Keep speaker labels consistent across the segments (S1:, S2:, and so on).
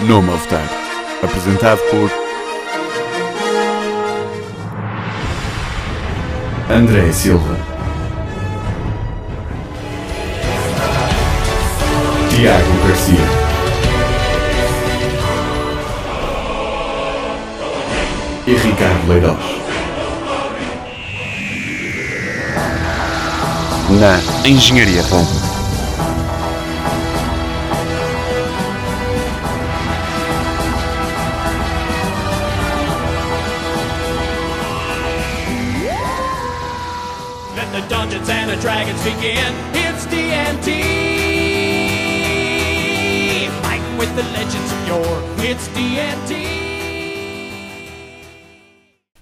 S1: Nome a Votar. Apresentado por André Silva, Tiago Garcia e Ricardo Leirós. Na Engenharia Romana.
S2: Let the Dungeons and the Dragons begin. It's D&D. Fighting with the legends of yore. It's D&D.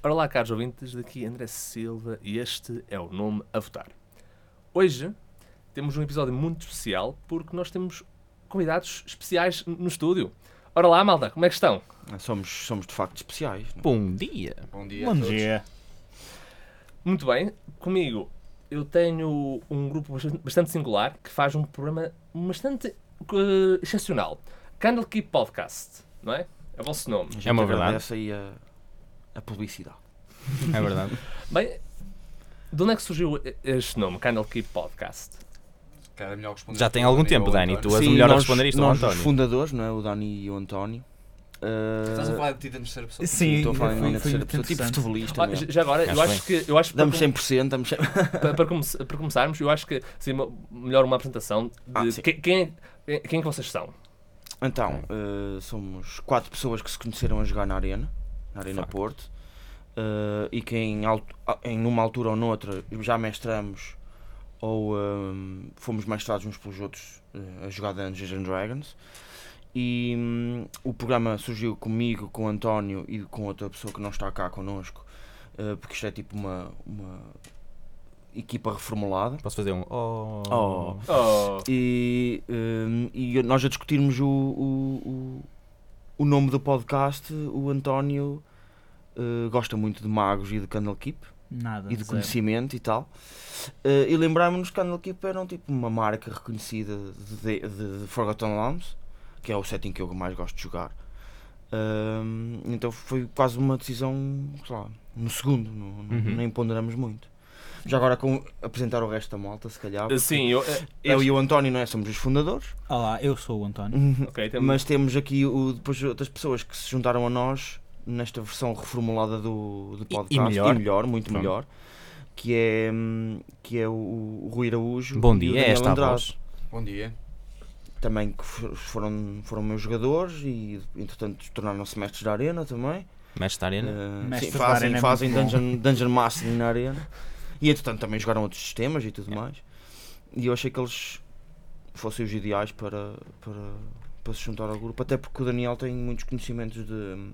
S3: Ora lá, caros ouvintes, daqui André Silva e este é o nome a votar. Hoje temos um episódio muito especial porque nós temos convidados especiais no estúdio. Ora lá, malta, como é que estão?
S4: Somos, somos de facto especiais. não é?
S5: Bom dia.
S4: Bom dia.
S6: Bom dia.
S3: Muito bem, comigo eu tenho um grupo bastante- bastante singular que faz um programa bastante eh, excepcional. Candlekeep Podcast, não é? É o vosso nome.
S5: É uma verdade.
S4: Essa aí a, a publicidade.
S5: É verdade.
S3: Bem, de onde é que surgiu e- este nome, Candlekeep Podcast?
S7: Cara, é melhor responder
S5: Já tem
S7: ao
S5: algum
S7: Dani
S5: tempo,
S7: ou ao
S5: Dani. Tu
S7: António.
S5: és o
S4: Sim,
S5: melhor a
S4: nós-
S5: responder isto,
S4: nós,
S5: ao
S4: os
S5: António.
S4: fundadores, não é? O Dani e o António. Uh,
S7: Estás a falar de ti da terceira pessoa.
S6: Sim,
S4: estou a falar em
S6: foi-
S4: nome da
S6: foi
S4: terceira
S6: muito
S4: pessoa, tipo
S6: interessante.
S4: futebolista.
S3: Ah,
S4: mesmo.
S3: já agora, eu
S5: Acho
S3: acho que, eu acho que
S4: Damos 100%, damos 100%.
S3: para, para come- para começarmos, eu acho que seria uma- melhor uma apresentação de
S4: Ah, sim.
S3: que- quem, é- quem é que vocês são.
S4: Então, eh, somos quatro pessoas que se conheceram a jogar na Arena, na Arena
S5: Facto.
S4: Porto, eh, e que em, alt- em numa altura ou noutra já mestramos ou ehm, fomos mestrados uns pelos outros eh, a jogar Dungeons and Dragons. E hum, o programa surgiu comigo, com o António e com outra pessoa que não está cá connosco, eh, porque isto é tipo uma, uma equipa reformulada.
S5: Posso fazer um. Oh.
S4: Oh. E, hum, e nós a discutirmos o, o, o, o nome do podcast, o António eh, gosta muito de magos e de Candlekeep
S6: Nada.
S4: e de
S6: zero.
S4: conhecimento e tal. Eh, e lembrámos-nos que Candlekeep eram tipo uma marca reconhecida de, de- de Forgotten Realms, que é o setting que eu mais gosto de jogar. Hum, então foi quase uma decisão, sei lá, no segundo, no- no-
S5: Uhum.
S4: nem ponderamos muito. Já agora com apresentar o resto da malta, se calhar.
S3: Eh, Ah, Sim, eu.
S4: Eu e o António, não é? Somos os fundadores,
S6: Olá, eu sou o António.
S3: Ok, então, tem-
S4: mas temos aqui o, depois outras pessoas que se juntaram a nós nesta versão reformulada do, do
S5: E- e
S4: podcast.
S5: melhor.
S4: muito
S5: Pronto.
S4: melhor. Que é, hum, que é o, o Rui Araújo.
S5: Bom
S4: e o
S5: dia, é
S4: Daniel
S5: esta a
S4: Andrade,
S5: voz.
S7: Bom dia.
S4: Também que for- foram, foram meus jogadores e, entretanto, tornaram-se mestres da Arena também.
S5: Mestre da Arena.
S4: Eh,
S6: Mestres
S4: sim,
S6: da
S4: fazem,
S6: Arena é
S4: fazem
S6: muito bom.
S4: dungeon, dungeon Mastering na Arena. E entretanto também jogaram outros sistemas e tudo mais. E eu achei que eles fossem os ideais para, para, para se juntar ao grupo. Até porque o Daniel tem muitos conhecimentos de,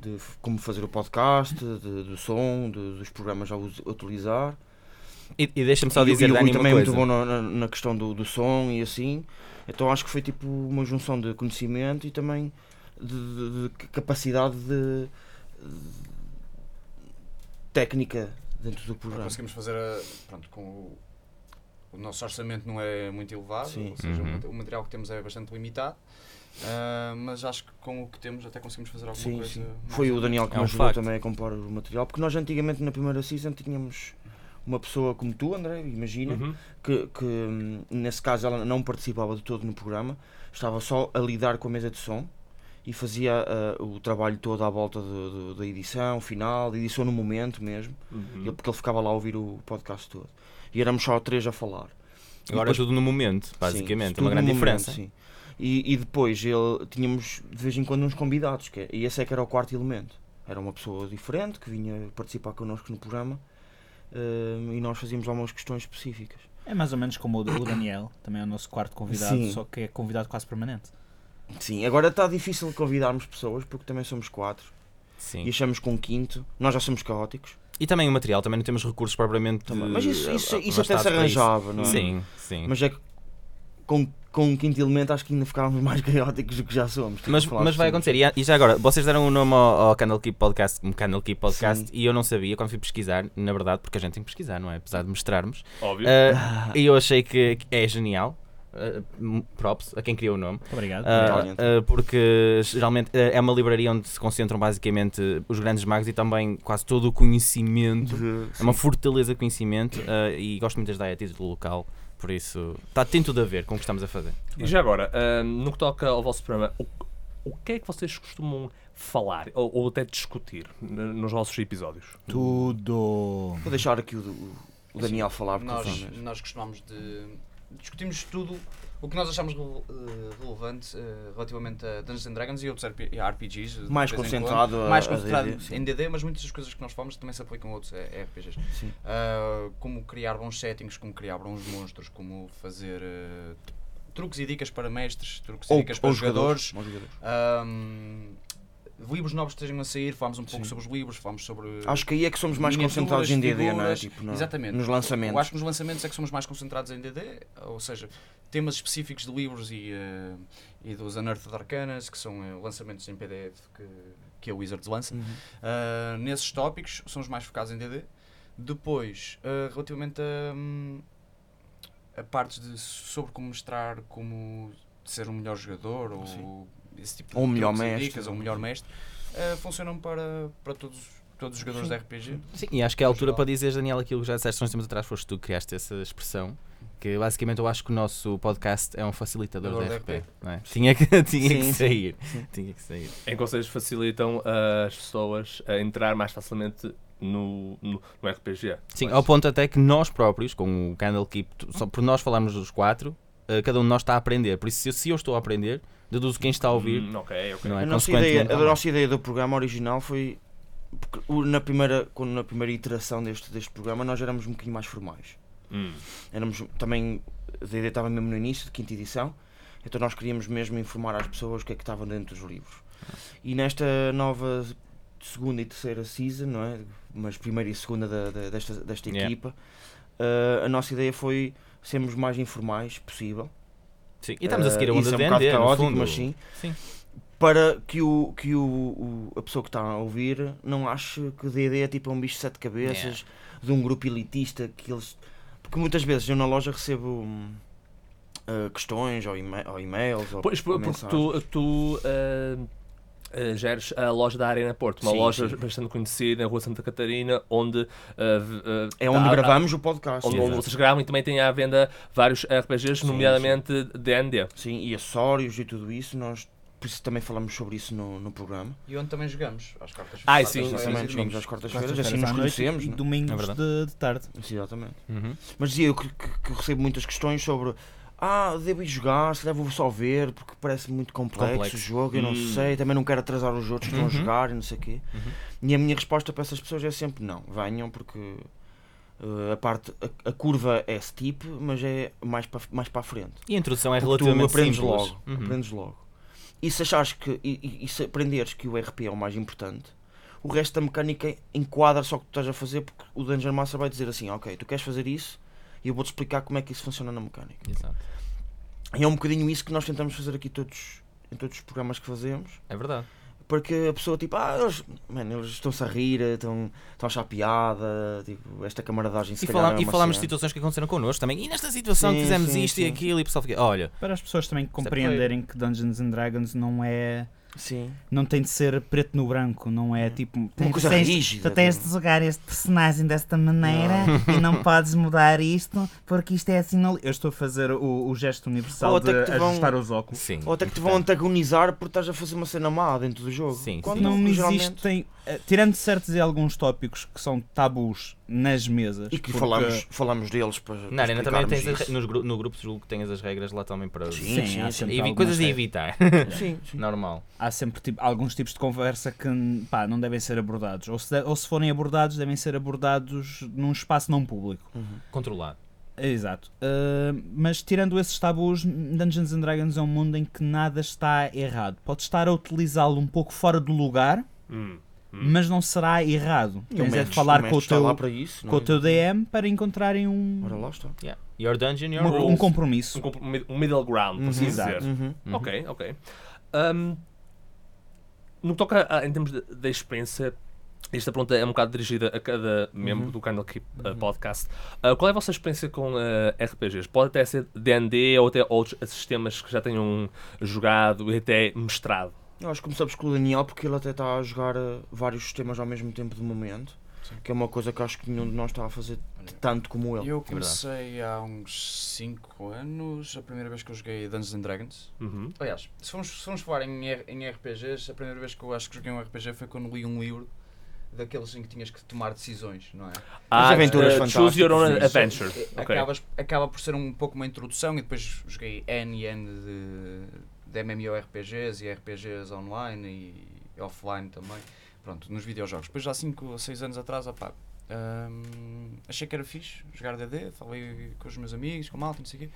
S4: de f- como fazer o podcast, de- do som, de- dos programas a us- a utilizar.
S3: Hum.
S5: E, e deixa-me só
S4: E-
S5: dizer,
S4: e o Rui
S5: Dani, uma
S4: também é muito bom
S5: coisa.
S4: na, na- na questão do, do som e assim. Então acho que foi tipo uma junção de conhecimento e também de, de- de capacidade de, de- técnica dentro do programa.
S7: Conseguimos fazer a. Pronto, com o. O nosso orçamento não é muito elevado,
S4: Sim.
S7: ou seja, o
S5: Uhum.
S7: mate- o material que temos é bastante limitado, ah, mas acho que com o que temos até conseguimos fazer alguma
S4: Sim,
S7: coisa.
S4: sim.
S7: mais
S4: Foi o
S7: ou menos.
S4: Daniel que
S5: É
S4: me
S5: um
S4: ajudou
S5: facto.
S4: também a comprar o material, porque nós antigamente na primeira season tínhamos uma pessoa como tu, André, imagina,
S3: Uhum.
S4: que, que, hum, nesse caso ela não participava de todo no programa, estava só a lidar com a mesa de som e fazia ah, o trabalho todo à volta do- do- da edição final, da edição no momento mesmo,
S3: Uhum.
S4: ele- porque ele ficava lá a ouvir o podcast todo. E éramos só três a falar. E
S5: Agora
S4: depois-
S5: tudo no momento,
S4: Sim,
S5: basicamente.
S4: tudo
S5: uma grande
S4: no momento,
S5: diferença.
S4: sim. E, e depois ele, tínhamos de vez em quando uns convidados, que, e esse é que era o quarto elemento. Era uma pessoa diferente que vinha participar connosco no programa hum, e nós fazíamos algumas questões específicas.
S6: É mais ou menos como o o Daniel, também é o nosso quarto convidado,
S4: Sim.
S6: só que é convidado quase permanente.
S5: Ah.
S4: Sim, agora está difícil convidarmos pessoas porque também somos quatro
S5: Sim.
S4: e achamos com um quinto. Nós já somos caóticos.
S5: E também o material, também não temos recursos propriamente.
S4: Também.
S5: eh,
S4: Mas isso, isso, isso até
S5: abastados
S4: se
S5: para isso.
S4: arranjava, não é?
S5: Sim, sim. Mas,
S4: Mas é que com, com um quinto elemento acho que ainda ficávamos mais caóticos do que já somos. Tipo, assim,
S5: mas, vai acontecer. E, a- e já agora, vocês deram o nome ao, ao Candlekeep Podcast, um Candlekeep Podcast, e eu não sabia quando fui pesquisar, na
S3: eh,
S5: verdade, porque a gente tem que pesquisar, não é? Apesar de mostrarmos.
S3: Óbvio.
S5: Ah, E eu achei que que é genial. eh, m- props a quem criou o nome.
S6: Muito obrigado.
S5: Ah,
S4: Realmente.
S5: ah, porque geralmente ah, é uma livraria onde se concentram basicamente os grandes magos e também quase todo o conhecimento.
S4: Uhum,
S5: É uma fortaleza de conhecimento ah, e gosto muito das dietas do local, por isso está tem tudo a ver com o que estamos a fazer.
S3: E já agora, ah, no que toca ao vosso programa, o, o que é que vocês costumam falar ou, ou até discutir n- nos vossos episódios?
S6: Tudo.
S4: Vou deixar aqui o, o- o Daniel falar, porque
S7: nós,
S4: ele sabe mesmo.
S7: nós costumamos de. Discutimos tudo o que nós achamos rele- eh, relevante eh, relativamente a Dungeons and Dragons e outros RP- RPGs. de
S4: Mais
S7: vez em
S4: concentrado
S7: quando.
S4: a-
S7: mais
S4: a
S7: concentrado
S4: DD, sim.
S7: em DD, mas muitas das coisas que nós falamos também se aplicam a outros eh, RPGs.
S4: Sim.
S7: Ah, como criar bons settings, como criar bons monstros, como fazer eh, truques e dicas para mestres, truques e
S4: Ou,
S7: dicas para
S4: ou
S7: jogadores.
S4: jogadores. ou jogadores.
S7: Ahm, livros novos que estejam a sair, falámos um pouco
S4: Sim.
S7: sobre os livros, falámos sobre.
S4: Acho que aí é que somos mais
S7: miniaturas,
S4: concentrados em DD, não é?
S7: figuras,
S4: Tipo, na-
S7: exatamente.
S4: Nos lançamentos.
S7: Eu acho que nos lançamentos é que somos mais concentrados em DD, ou seja, temas específicos de livros e, eh, e dos Unearthed Arcanas, que são eh, lançamentos em PDF que, que a Wizards lança.
S4: Uhum.
S7: Ah, nesses tópicos somos mais focados em DD. Depois, ah, relativamente a, hum, a partes de sobre como mostrar como ser um melhor jogador ou
S4: Sim.
S7: esse tipo
S4: Ou um
S7: de
S4: melhor
S7: truques e
S4: mestre.
S7: dicas, ou um melhor mestre, ah, funcionam para, para todos, todos os jogadores de RPG.
S5: Sim, e acho que é a
S7: No
S5: altura
S7: geral.
S5: para dizeres, Daniel, aquilo que já disseste há uns tempos atrás, foste tu que criaste essa expressão. Que basicamente eu acho que o nosso podcast é um facilitador
S7: Agora
S5: da
S7: da
S5: RP.
S7: RP.
S5: não é? Tinha, que, tinha,
S4: Sim, sim.
S5: que sair, tinha que sair.
S3: Em que vocês facilitam as pessoas a entrar mais facilmente no, no, no RPG.
S5: Sim,
S3: Mas-
S5: ao ponto até que nós próprios, com o Candle Keep, tu- só por nós falarmos dos quatro, eh, cada um de nós está a aprender. Por isso, se eu, se eu estou a aprender, deduzo quem está a ouvir.
S3: Hum, ok, ok.
S5: Não é
S4: a, nossa
S5: consequentemente
S4: ideia, a
S5: também.
S4: nossa ideia do programa original foi. porque o- na primeira, quando, na primeira iteração deste, deste programa, nós éramos um bocadinho mais formais.
S3: Hum.
S4: Éramos também. A ideia estava mesmo no início, de quinta edição. Então nós queríamos mesmo informar às pessoas o que é que estava dentro dos livros. E nesta nova segunda e terceira season, não é? Mas primeira e segunda da- da- desta, desta
S5: Yeah.
S4: equipa, eh, a nossa ideia foi sermos mais informais possível.
S5: Sim, E estamos a seguir a
S4: Eh,
S5: onda
S4: isso é um
S5: de
S4: bocado
S5: D&D, no
S4: caótico,
S5: fundo.
S4: mas sim.
S5: Sim.
S4: Para que, o, que o, o- a pessoa que está a ouvir não ache que D&D é tipo um bicho de sete cabeças, de um grupo elitista, que eles... Porque muitas vezes eu na loja recebo hum, eh, questões ou, ema- ou e-mails ou,
S3: Pois,
S4: ou
S3: por- porque
S4: mensagens.
S3: tu, tu ah, ah, geres a loja da Arena Porto, uma
S4: Sim,
S3: loja
S4: sim.
S3: bastante conhecida na Rua Santa Catarina, onde. ah, v- ah,
S4: É onde
S3: há- há-
S4: gravamos o podcast.
S3: Onde, onde
S4: Exato.
S3: vocês gravam e também têm à venda vários RPGs,
S4: Sim,
S3: nomeadamente D&D.
S4: Sim, e acessórios e tudo isso, nós por isso também falamos sobre isso no, no programa.
S7: E onde também jogamos, às quartas
S3: Ah, sim,
S4: Nós também
S7: quartas-feiras e
S4: chegamos
S7: domingos.
S4: às quartas-feiras,
S6: Quartas-feiras
S4: assim
S6: à
S4: nos
S6: noite
S4: conhecemos.
S6: e
S4: não é?
S5: É
S6: domingos
S5: verdade.
S6: de, de tarde.
S4: Sim, Exatamente.
S5: Uhum.
S4: Mas dizia eu que, que- que recebo muitas questões sobre ah, devo ir jogar, se devo só ver, porque parece muito complexo,
S5: Complexo.
S4: o jogo, eu não
S3: Hum.
S4: sei, também não quero atrasar os outros que vão
S5: Uhum.
S4: jogar e não sei o quê. E a minha resposta para essas pessoas é sempre não, venham porque eh, a parte, a, a curva é steep, mas é mais para mais para a frente.
S5: E a introdução é
S4: Porque tu
S5: relativamente
S4: aprendes
S5: simples.
S4: logo,
S5: Uhum.
S4: aprendes logo. E se achares que e, e- e se aprenderes que o RP é o mais importante, o resto da mecânica enquadra só o que tu estás a fazer, porque o Dungeon Master vai dizer assim, ok, tu queres fazer isso e eu vou-te explicar como é que isso funciona na mecânica.
S5: Exato.
S4: E é um bocadinho isso que nós tentamos fazer aqui todos em todos os programas que fazemos,
S5: É verdade.
S4: para que a pessoa tipo, ah, eles, mano, eles estão-se a rir, estão, estão a achar piada, tipo, esta camaradagem se
S5: E,
S4: calhar
S5: falam-
S4: não é
S5: e
S4: uma
S5: falámos de
S4: cena.
S5: situações que aconteceram connosco também. E nesta situação
S4: Sim,
S5: que fizemos
S4: sim,
S5: isto e
S4: sim.
S5: aquilo e o pessoal fica, olha,
S6: Para as pessoas também
S5: é
S6: compreenderem que Dungeons and Dragons não é.
S4: Sim.
S6: Não tem de ser preto no branco, não é tipo. tens-
S4: Uhum. coisa
S6: tens,
S4: rígida, tipo.
S6: Tu tens
S4: não.
S6: de jogar este personagem desta maneira e não podes mudar isto porque isto é assim. Não... Eu estou a fazer o, o gesto universal
S4: Ou
S6: de
S4: até que te vão-
S6: ajustar os óculos.
S5: sim.
S4: Ou até que te vão antagonizar por estás a fazer uma cena má dentro do jogo.
S5: Sim,
S4: Quando
S5: sim.
S6: Não
S4: geralmente-
S6: existem. eh, Tirando certos e alguns tópicos que são tabus nas mesas.
S4: E que
S6: porque-
S4: falamos, falamos deles para.
S5: Na
S4: para
S5: arena também
S4: explicarmos
S5: tens as,
S4: isso.
S5: nos gru- no grupo de jogo tens as regras lá também para
S6: Sim,
S4: sim, tá
S6: há
S4: sim.
S6: sempre
S5: Evi-
S6: algumas
S5: coisas a
S6: regras.
S5: evitar.
S4: Sim, sim.
S5: Normal.
S6: há sempre tipo, alguns tipos de conversa que pá, não devem ser abordados. Ou se, de- ou se forem abordados, devem ser abordados num espaço não público.
S5: Controlado.
S6: Exato. Ah, mas tirando esses tabus, Dungeons and Dragons é um mundo em que nada está errado. Pode estar a utilizá-lo um pouco fora do lugar,
S3: Hum.
S6: mas não será errado.
S4: E o
S6: Tens é de
S4: um mestre-
S6: falar
S4: mestre
S6: com o
S4: está
S6: teu,
S4: lá para isso,
S6: com o
S4: não é?
S6: teu DM para encontrarem um,
S4: Ora lá está.
S5: Yeah. Your dungeon, your
S6: um,
S5: rules.
S6: um compromisso.
S3: Um, comp- mid- um middle ground, por assim
S6: Uhum.
S3: dizer.
S6: Exato.
S4: Uhum.
S3: Ok, Hum, ok. Ahm, no que toca a, em termos de- da experiência Esta pergunta é um bocado dirigida a cada membro do canal aqui, uh, podcast. Uh, qual é a vossa experiência com uh, RPGs? Pode até ser D&D ou até outros sistemas que já tenham jogado e até mestrado.
S4: Eu acho que começamos com o Daniel porque ele até está a jogar eh, vários sistemas ao mesmo tempo de momento. Que é uma coisa que acho que nenhum de nós está a fazer de tanto como
S3: É
S4: ele.
S7: Eu comecei há uns 5 anos, a primeira vez que eu joguei Dungeons and Dragons.
S3: Uhum.
S7: Aliás, se formos, se formos falar em, R- em RPGs, a primeira vez que eu acho que joguei um RPG foi quando li um livro daqueles em que tinhas que tomar decisões, não é?
S3: Ah,
S4: aventuras
S3: uh, Choose Your Own
S4: fantásticas,
S3: Adventure.
S7: É,
S3: Ok.
S7: acabas- acaba por ser um pouco uma introdução e depois joguei N e N de, de MMORPGs e RPGs online e offline também, pronto, nos videojogos. Depois há 5 ou 6 anos atrás, opá, hum, achei que era fixe jogar DD, falei com os meus amigos, com o malta, não sei o quê,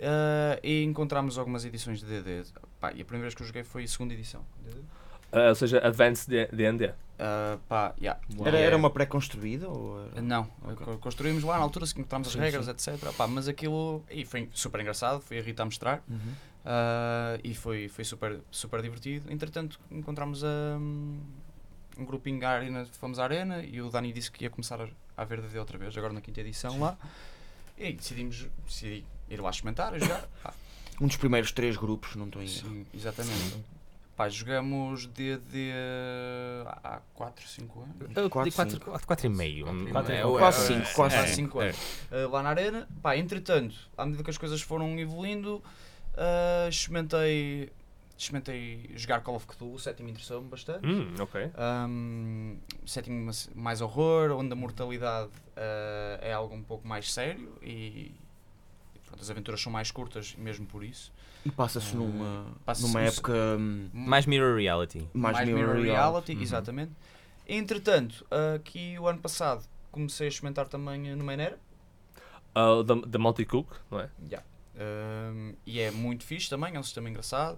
S7: ah, e encontramos algumas edições de DD. Pá, e a primeira vez que eu joguei foi a segunda edição. DD.
S3: Uh, ou seja, Advanced D- D&D.
S7: Ah, pá, yeah.
S4: Era,
S7: E é-
S4: era uma pré-construída? Ou eh, era-
S7: não, co- construímos lá na altura, assim, encontramos as
S4: Sim,
S7: regras, etc. Pá, mas aquilo e foi super engraçado, foi a Rita a mostrar
S4: Uhum.
S7: ah, e foi, foi super, super divertido. Entretanto, encontramos um, um grupinho à arena, fomos à arena e o Dani disse que ia começar a, a ver DD outra vez, agora na quinta edição lá. E decidimos decidi ir lá experimentar e jogar. Pá,
S4: Um dos primeiros três grupos, não estou em erro.
S7: sim, exatamente. Pá, jogamos DD há 4, 5 anos.
S4: Quatro,
S5: Eu digo quatro-
S4: cinco.
S5: quatro- quatro e meio. um,
S7: Quatro e
S5: é,
S7: meio.
S5: é,
S4: Quase
S5: é,
S4: cinco, quase
S5: é,
S7: Quase cinco
S5: é.
S7: anos. Uh, lá na arena. Pá, entretanto, à medida que as coisas foram evoluindo, uh, experimentei, experimentei jogar Call of Cthulhu, o sétimo interessou-me bastante.
S5: uh,
S3: Hum, ok.
S7: Um, setting mas- mais horror, onde a mortalidade uh, é algo um pouco mais sério e, e pronto, as aventuras são mais curtas mesmo por isso.
S4: E passa-se numa,
S7: Passa-se
S4: numa
S7: num-
S4: época hum,
S5: Mais mirror reality. Uhum.
S4: mais, mirror reality.
S7: exatamente. Entretanto, aqui o ano passado comecei a experimentar também uh, no Maneira.
S3: Uh, the, the Multicook, não é?
S7: Yeah. Um, e é muito fixe também, é um sistema engraçado.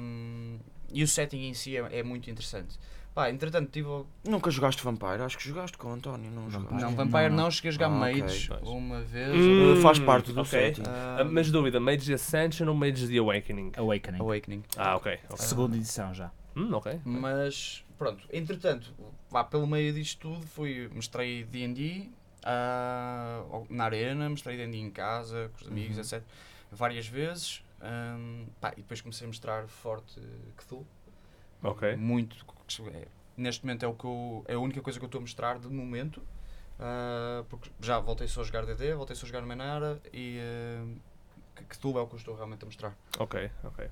S7: Um, e o setting em si é, é muito interessante. Pá, entretanto, tive. o-
S4: Nunca jogaste Vampire? Acho que jogaste com o António, não, jogaste?
S7: Não, Vampire não, cheguei a jogar
S4: Ah, ok,
S7: Maids
S4: pois.
S7: uma vez.
S4: Uh,
S3: Hum.
S4: faz parte do
S3: ok.
S4: setting.
S7: Ah.
S3: Uh, mas dúvida, Mages Ascension ou Mages The Um Awakening?
S6: Awakening.
S7: Awakening.
S3: Ah, ok. ok.
S6: Segunda edição já.
S3: Hum, ok.
S7: Mas pronto, entretanto, lá pelo meio disto tudo, fui, mostrei DD ah, ao- na arena, mostrei DD em casa, com os amigos, etc. Várias vezes. Ahm, pá, e depois comecei a mostrar Forte Cthulhu.
S3: Ok.
S7: muito. é, neste momento é o que eu- é a única coisa que eu estou a mostrar de momento. ah, porque já voltei só a jogar DD, voltei só a jogar Manara e ah, que, que tubo é o que eu estou realmente a mostrar.
S3: Ok, ok.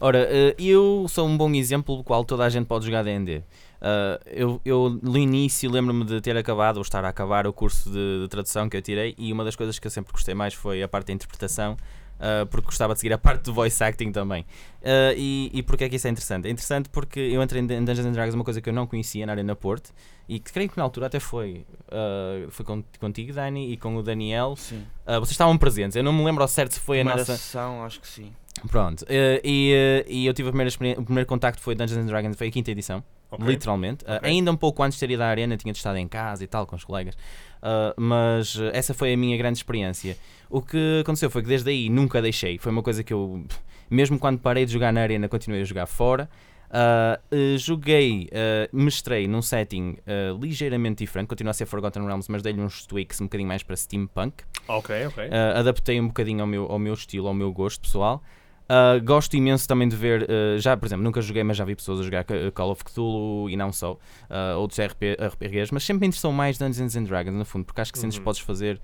S5: Ora, eh, eu sou um bom exemplo do qual toda a gente pode jogar D&D. Eh, eu, eu, no início, lembro-me de ter acabado, ou estar a acabar, o curso de, de tradução que eu tirei, e uma das coisas que eu sempre gostei mais foi a parte da interpretação, eh, porque gostava de seguir a parte do voice acting também. Eh, e, e porque é que isso é interessante? É interessante porque eu entrei em Dun- em Dungeons and Dragons, uma coisa que eu não conhecia na Arena Porto, e que creio que na altura até foi, eh, foi con- contigo, Dani, e com o Daniel.
S4: Sim.
S5: Eh, vocês estavam presentes, eu não me lembro ao certo se foi a
S4: Primeira
S5: nossa...
S4: sessão, acho que sim.
S5: Pronto, eh, e, eh, e eu tive a primeira experiência, o primeiro contacto foi Dungeons and Dragons, foi a quinta edição,
S3: Ok.
S5: literalmente. Eh,
S3: Ok.
S5: ainda um pouco antes de ter ido à arena, tinha estado em casa e tal, com os colegas, Eh, mas eh, essa foi a minha grande experiência. O que aconteceu foi que desde aí nunca deixei, foi uma coisa que eu, mesmo quando parei de jogar na arena, continuei a jogar fora. Ah, eh, joguei, eh, mestrei num setting eh, ligeiramente diferente, continua a ser Forgotten Realms, mas dei-lhe uns tweaks um bocadinho mais para steampunk.
S3: Ok, ok.
S6: É,
S5: Uh, adaptei um bocadinho ao meu, ao meu estilo, ao meu gosto pessoal. Uh, gosto imenso também de ver, uh, já por exemplo, nunca joguei, mas já vi pessoas a jogar Ca- ah, Call of Cthulhu e não só, uh, outros RP, RPGs, mas sempre me interessou mais Dungeons and Dragons, no fundo, porque acho que sentes
S3: Uhum.
S5: podes fazer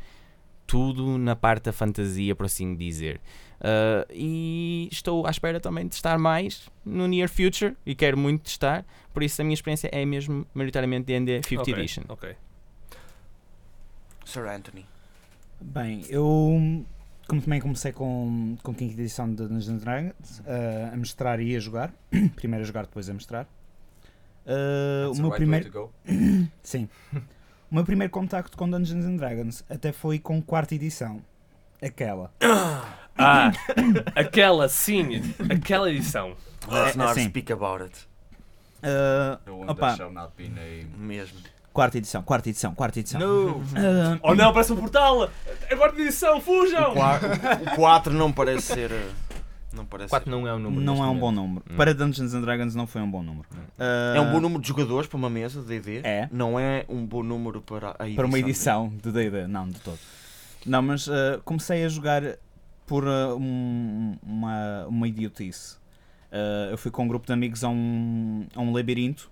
S5: tudo na parte da fantasia, por assim dizer. Uh, e estou à espera também de testar mais no near future e quero muito testar, por isso a minha experiência é mesmo maioritariamente D&D 50
S3: Ok,
S5: Edition.
S3: Ok.
S4: Sir Anthony.
S6: Bem, eu como também comecei com, com a quinta edição de Dungeons and Dragons, eh, a mestrar e a jogar. Primeiro a jogar, depois a mestrar. Eh, o
S7: That's the
S6: meu
S7: right way
S6: primeiro
S7: to go.
S6: Sim. O meu primeiro contacto com Dungeons and Dragons até foi com quarta edição. Aquela.
S3: Ah, aquela sim, aquela edição.
S4: Let's
S6: É,
S4: not
S6: assim.
S4: speak about it.
S6: Ah,
S7: The
S6: that Opa. shall
S4: Mesmo.
S6: quarta edição, quarta edição, quarta edição. Ah,
S3: Oh não, parece um portal! Agora de edição, fujam!
S4: O 4 não parece ser. eh, Não parece.
S5: 4 não é um número.
S6: não
S5: neste
S6: é um
S5: momento.
S6: bom número.
S5: Hum.
S6: Para Dungeons and Dragons não foi um bom número. Ah,
S4: É um bom número de jogadores para uma mesa de DD.
S6: É.
S4: Não é um bom número para a edição.
S6: Para uma edição de D&D, não, de todo. Não, mas ah, comecei a jogar por ah, um- uma, uma idiotice. Ah, eu fui com um grupo de amigos a um, a um labirinto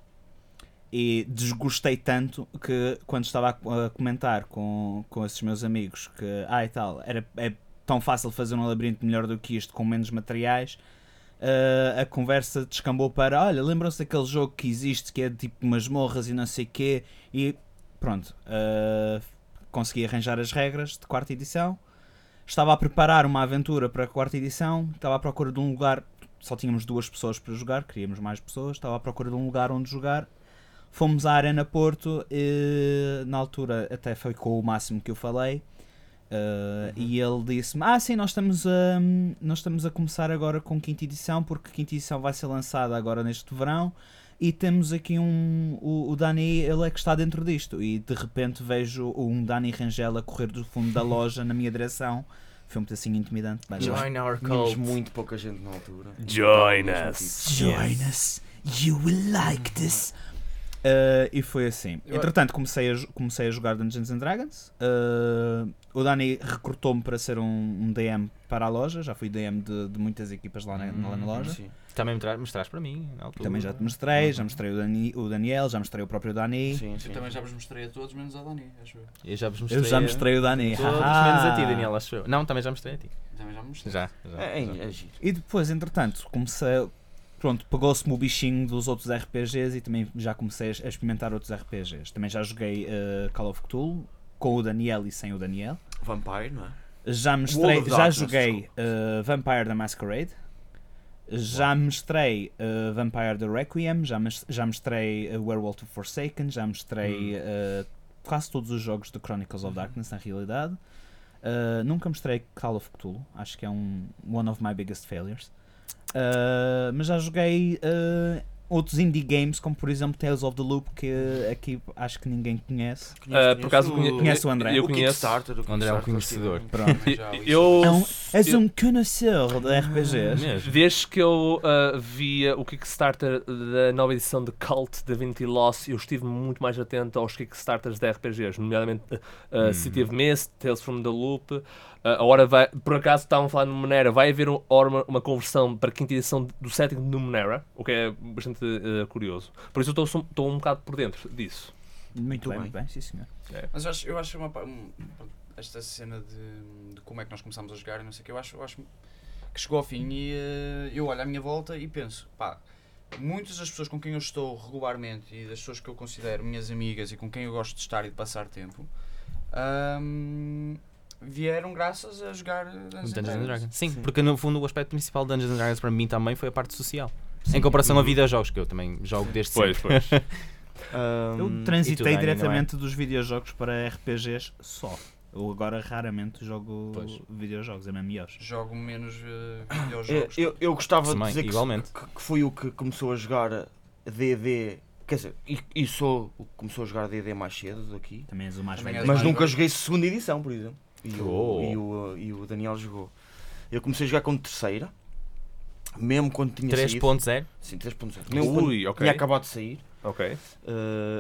S6: e desgostei tanto que quando estava a co- a, comentar com, com esses meus amigos que, ah e tal, era, é tão fácil fazer um labirinto melhor do que isto com menos materiais, ah, a conversa descambou para, olha, lembram-se daquele jogo que existe que é de tipo masmorras e não sei o quê e pronto, ah, consegui arranjar as regras de quarta edição. Estava a preparar uma aventura para a quarta edição, estava à procura de um lugar, só tínhamos duas pessoas para jogar, queríamos mais pessoas, estava à procura de um lugar onde jogar. Fomos à Arena Porto, e, na altura até foi com o máximo que eu falei. ah, E ele disse-me: Ah, sim, nós estamos, a, nós estamos a começar agora com quinta edição, porque quinta edição vai ser lançada agora neste verão e temos aqui um o, o Dani ele é que está dentro disto e de repente vejo um Dani Rangel a correr do fundo da loja na minha direção foi um pedacinho intimidante by the way.
S5: Join our
S4: Tínhamos
S5: cult.
S4: muito pouca gente na altura.
S3: Join
S4: Então,
S3: us.
S6: join us you will like this Uh, e foi assim.
S7: Eu-
S6: Entretanto, comecei a, jo- comecei a jogar Dungeons and Dragons. Uh, o Dani recrutou-me para ser um, um DM para a loja. Já fui DM de, de muitas equipas lá na, lá na
S5: Hum,
S6: loja.
S4: tipo, Sim,
S5: Também me, tra- me traz para mim. na altura.
S6: Também já te mostrei. Já mostrei o, Dani, o Daniel, já mostrei o próprio Dani.
S4: sim, sim.
S7: Eu também já vos mostrei a todos, menos a Dani, acho eu.
S5: Eu já vos mostrei.
S6: Eu já mostrei o Dani.
S5: Todos menos
S6: haha.
S5: a ti, Daniel, acho eu. Não, também já mostrei a ti.
S7: Também já me mostrei.
S5: Já. já,
S4: É,
S5: já.
S4: é, é giro.
S6: E depois, entretanto, comecei. Pronto, pegou-se-me o bichinho dos outros RPGs e também já comecei a experimentar outros RPGs. Também já joguei eh, Call of Cthulhu com o Daniel e sem o Daniel.
S4: Vampire, não é?
S6: Já
S4: World
S6: mostrei,
S4: of
S6: já
S4: Darkness,
S6: joguei
S4: desculpa.
S6: eh, Vampire the Masquerade. Já mostrei eh, Vampire the Requiem, já, mes- já mostrei eh, Werewolf of Forsaken, já mostrei
S4: Hum.
S6: eh, quase todos os jogos de Chronicles
S4: Uhum.
S6: of Darkness na realidade. Eh, nunca mostrei Call of Cthulhu, acho que é um one of my biggest failures. Eh, mas já joguei eh, outros indie games, como por exemplo Tales of the Loop, que aqui acho que ninguém conhece.
S3: Ah, por acaso conhe-
S6: Conhece o André?
S3: Eu
S4: o
S3: conheço.
S4: Kickstarter, o
S5: O André é um
S4: Kickstarter, eles
S5: conhecedor.
S4: tiveram-
S6: Pronto.
S7: Também já li
S3: Eu,
S6: É um, és
S3: eu-
S6: um conhecedor de RPGs.
S5: É Mesmo.
S3: Desde que eu ah, via o Kickstarter da nova edição de Cult da Vinity Loss, eu estive muito mais atento aos Kickstarters de RPGs, nomeadamente ah, City of Mist, Tales from the Loop. Ah, agora vai, por acaso estavam a falar de Numenera, vai haver um- ora uma, uma conversão para a quinta edição do setting de Numenera, o que é bastante ah, curioso. Por isso eu estou- estou um bocado por dentro disso.
S6: Muito
S4: bem.
S6: bem, muito bem, sim senhor.
S7: Mas eu acho, eu acho uma, pa- um- pronto, esta cena de, de como é que nós começámos a jogar e não sei o que, eu acho, eu acho que chegou ao fim e eh, eu olho à minha volta e penso, pá, muitas das pessoas com quem eu estou regularmente e das pessoas que eu considero minhas amigas e com quem eu gosto de estar e de passar tempo, ahm, vieram graças a jogar Dungeons,
S5: Dungeons and Dragons. Sim,
S4: Sim.
S5: porque no fundo o aspecto principal de Dungeons and Dragons para mim também foi a parte social. Em comparação a videojogos, que eu também jogo desde sempre.
S3: pois.
S4: Ahm,
S6: Eu
S5: e tu,
S6: transitei
S5: Dani,
S6: diretamente dos videojogos para RPGs só. Eu agora raramente jogo
S5: Pois.
S6: videojogos, é MMOs.
S7: Jogo menos eh,
S4: é,
S7: videojogos.
S4: eu, eu gostava de
S5: Também,
S4: dizer que,
S5: igualmente.
S4: que- que fui o que começou a jogar DD, quer dizer, e, e sou o que começou a jogar DD mais cedo daqui.
S6: Também és o mais
S7: Também
S6: velho.
S7: és
S4: Mas
S7: mais
S4: nunca
S7: velho.
S4: joguei segunda edição, por exemplo. E o,
S5: Oh.
S4: e o, e o Daniel jogou. Eu comecei a jogar com terceira, mesmo quando tinha saído.
S5: 3.0.
S4: Sim, 3.0. Mesmo quando
S3: Ui, ok.
S4: tinha acabado de sair.
S3: Ok.
S4: eh,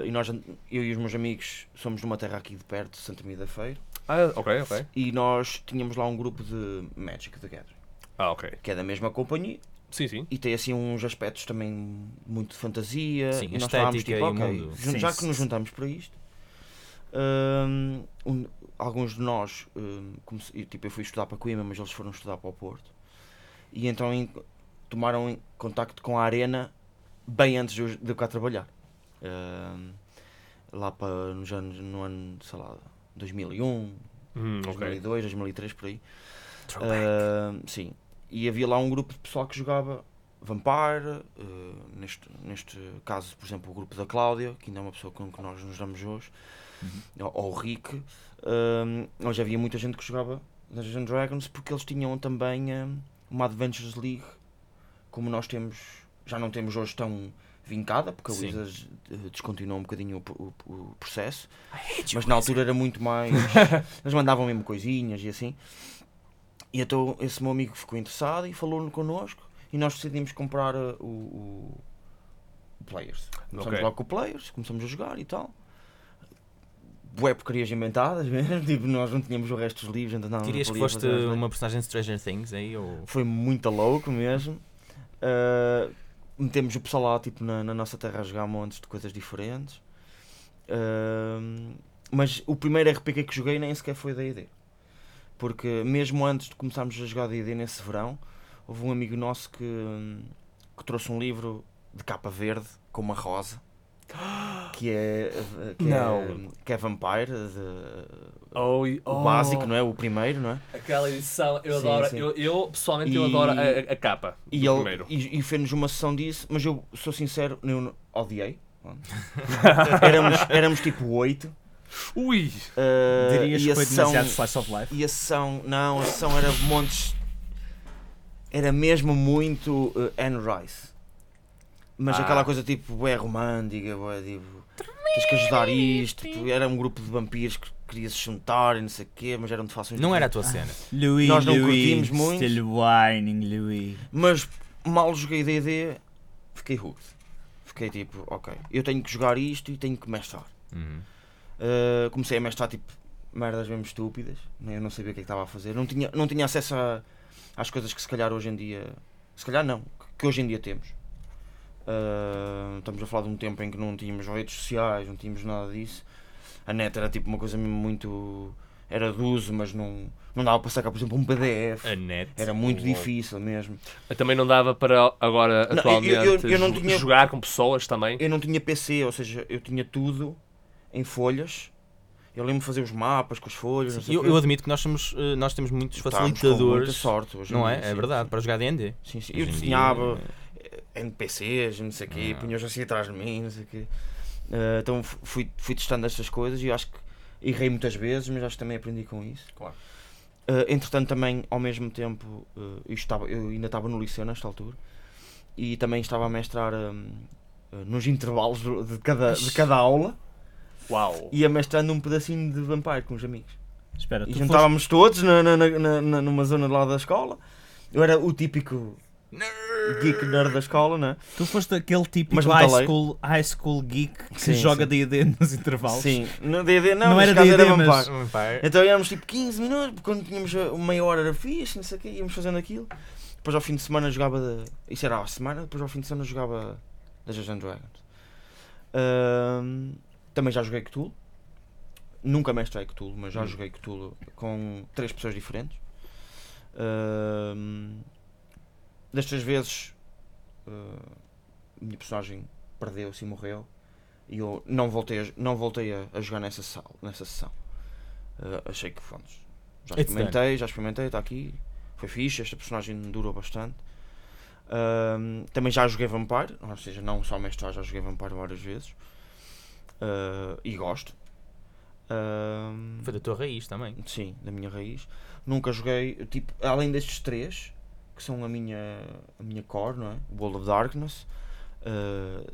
S4: e nós, and- eu e os meus amigos, somos numa terra aqui de perto, de Santa Maria da Feira.
S3: Ah, ok, ok.
S4: E nós tínhamos lá um grupo de Magic the Gathering,
S3: Ah, ok.
S4: que é da mesma companhia.
S3: Sim, sim.
S4: E tem assim uns aspectos também muito de fantasia.
S5: Sim,
S4: e nós
S5: estética
S4: estávamos tipo,
S5: e
S4: ok,
S5: mundo.
S4: jun-
S6: Sim,
S4: já
S6: sim,
S4: que nos
S6: sim.
S4: juntamos para isto, hum, um- alguns de nós, hum, comece- eu, tipo, eu fui estudar para Coimbra, mas eles foram estudar para o Porto. E então em- tomaram em contacto com a Arena bem antes de eu, de eu cá trabalhar. Hum, lá para nos anos, no ano, sei lá, 2001,
S3: Hum, ok.
S4: 2002, 2003, por aí. Ah, sim. E havia lá um grupo de pessoal que jogava Vampire, ah, neste, neste caso, por exemplo, o grupo da Cláudia, que ainda é uma pessoa com que nós nos damos hoje, ou, ou o Rick. Ah, hoje havia muita gente que jogava Dungeons and Dragons porque eles tinham também ah, uma Adventures League, como nós temos, já não temos hoje tão vincada, porque a
S5: Sim.
S4: Wizards ah, descontinuou um bocadinho o pro- o, o processo,
S5: é
S4: mas na altura era muito mais. Eles mandavam mesmo coisinhas e assim. E então esse meu amigo ficou interessado e falou-no connosco e nós decidimos comprar uh, o, o- o Players. Começamos
S3: Ok.
S4: logo com o Players, começamos a jogar e tal. Bué porcarias inventadas mesmo, tipo, nós não tínhamos o resto dos livros, então andávamos
S5: Dirias que
S4: ali a
S5: foste
S4: fazer as
S5: uma personagem de Stranger Things aí? Ou...
S4: foi muito louco mesmo. Uh, metemos o pessoal lá tipo, na, na nossa terra a jogar montes de coisas diferentes. Uh, mas o primeiro RPG que joguei nem sequer foi DD. Porque mesmo antes de começarmos a jogar DD nesse verão, houve um amigo nosso que, hum, que trouxe um livro de capa verde com uma rosa. Que é, que é,
S3: Não.
S4: que é Vampire, de-
S3: Oh, e-
S4: o
S3: oh,
S4: básico, não é? O primeiro, não é?
S3: Aquela edição, eu
S4: Sim,
S3: adoro.
S4: sim.
S3: Eu, eu, pessoalmente, eu
S4: E-
S3: adoro a, a- a capa.
S4: E,
S3: do
S4: ele,
S3: primeiro.
S4: e, e fez-nos uma sessão disso, mas eu sou sincero, eu não- odiei. éramos, éramos tipo 8.
S3: Ui!
S6: Dirias
S4: eh, e
S6: que
S4: a
S6: foi
S4: sessão,
S6: demasiado slice of life.
S4: E a sessão, não, a sessão era montes. Era mesmo muito eh, Anne Rice. Mas
S3: Ah.
S4: aquela coisa tipo, é romântica, bué, tipo, tens que ajudar isto. tu- Era um grupo de vampiros que queria se juntar e não sei o quê, mas eram de fações
S5: Não era a
S4: diferentes.
S5: tua cena.
S6: Louis,
S4: Nós não
S6: Louis,
S4: curtimos muito.
S6: Still whining, Louis.
S4: Mas mal joguei DD, fiquei hooked. Fiquei tipo, ok, eu tenho que jogar isto e tenho que mestrar.
S5: Uhum.
S4: Uh, comecei a mestrar tipo merdas mesmo estúpidas, né, eu não sabia o que é que estava a fazer, não tinha, não tinha acesso a- às coisas que se calhar hoje em dia, se calhar não, que- que hoje em dia temos. Uh, estamos a falar de um tempo em que não tínhamos redes sociais, não tínhamos nada disso. A net era tipo uma coisa mesmo muito. era de uso, mas não, não dava para sacar, por exemplo, um PDF.
S5: A net.
S4: Era muito
S5: Uou.
S4: difícil mesmo.
S3: Também não dava para agora,
S4: Não,
S3: atualmente,
S4: eu- eu- eu não
S3: jo-
S4: tinha-
S3: jogar com pessoas também.
S4: Eu não tinha PC, ou seja, eu tinha tudo em folhas. Eu lembro de fazer os mapas com as folhas. não sei o
S5: Eu,
S4: quê.
S5: eu admito que nós, somos, eh, nós temos muitos
S4: Estávamos com muita
S5: facilitadores.
S4: sorte hoje em
S5: Não é?
S4: dia,
S5: É
S4: sim,
S5: verdade, para jogar D&D.
S4: Sim, sim.
S5: Hoje
S4: Eu
S5: em dia,
S4: desenhava eh, NPCs, não sei o quê,
S5: Ah.
S4: punha-os assim atrás de mim, não sei o quê. Eh, então fu- fui, fui testando estas coisas e eu acho que errei muitas vezes, mas acho que também aprendi com isso.
S7: Claro.
S4: Eh, entretanto, também, ao mesmo tempo, eh, isto estava- eu ainda estava no liceu nesta altura e também estava a mestrar hum, eh, nos intervalos do- de cada, de cada aula
S3: Uau!
S4: ia mestrando um pedacinho de Vampire com os amigos.
S6: Espera,
S4: E
S6: tu foste,
S4: juntávamos todos na, na- na- na- na- numa zona lá da escola. Eu era o típico geek nerd da escola, né?
S6: tu foste aquele tipo
S4: Mas
S6: high
S4: metalei.
S6: school, high school geek que
S4: Sim,
S6: joga
S4: sim.
S6: D&D nos intervalos.
S4: Sim, no DD não,
S6: Não
S4: neste
S6: era
S4: caso
S6: D&D,
S4: era
S6: mas-
S4: Vampire. Então éramos tipo 15 minutos, quando tínhamos uh, meia hora era fixe, não sei o quê, íamos fazendo aquilo. Depois ao fim de semana jogava. de- Isso era à semana, depois ao fim de semana jogava Dungeons and Dragons. Ahm, também já joguei Cthulhu. Nunca mestrei Cthulhu, mas
S6: Hum.
S4: já joguei Cthulhu com três pessoas diferentes. Ahm, das três vezes, ah, a minha personagem perdeu-se e morreu. E eu não voltei a, não voltei a, a jogar nessa, sala, nessa sessão. Ah, achei que, pronto, já
S5: It's done.
S4: experimentei, já experimentei, está aqui. Foi fixe, esta personagem durou bastante. Ahm, também já joguei Vampire, ou seja, não só mestrar, já joguei Vampire várias vezes. Ah, e gosto. Ahm,
S5: Foi da tua raiz também.
S4: Sim, da minha raiz. Nunca joguei, tipo, além destes três, que são a minha, a minha core, não é? World of Darkness, eh,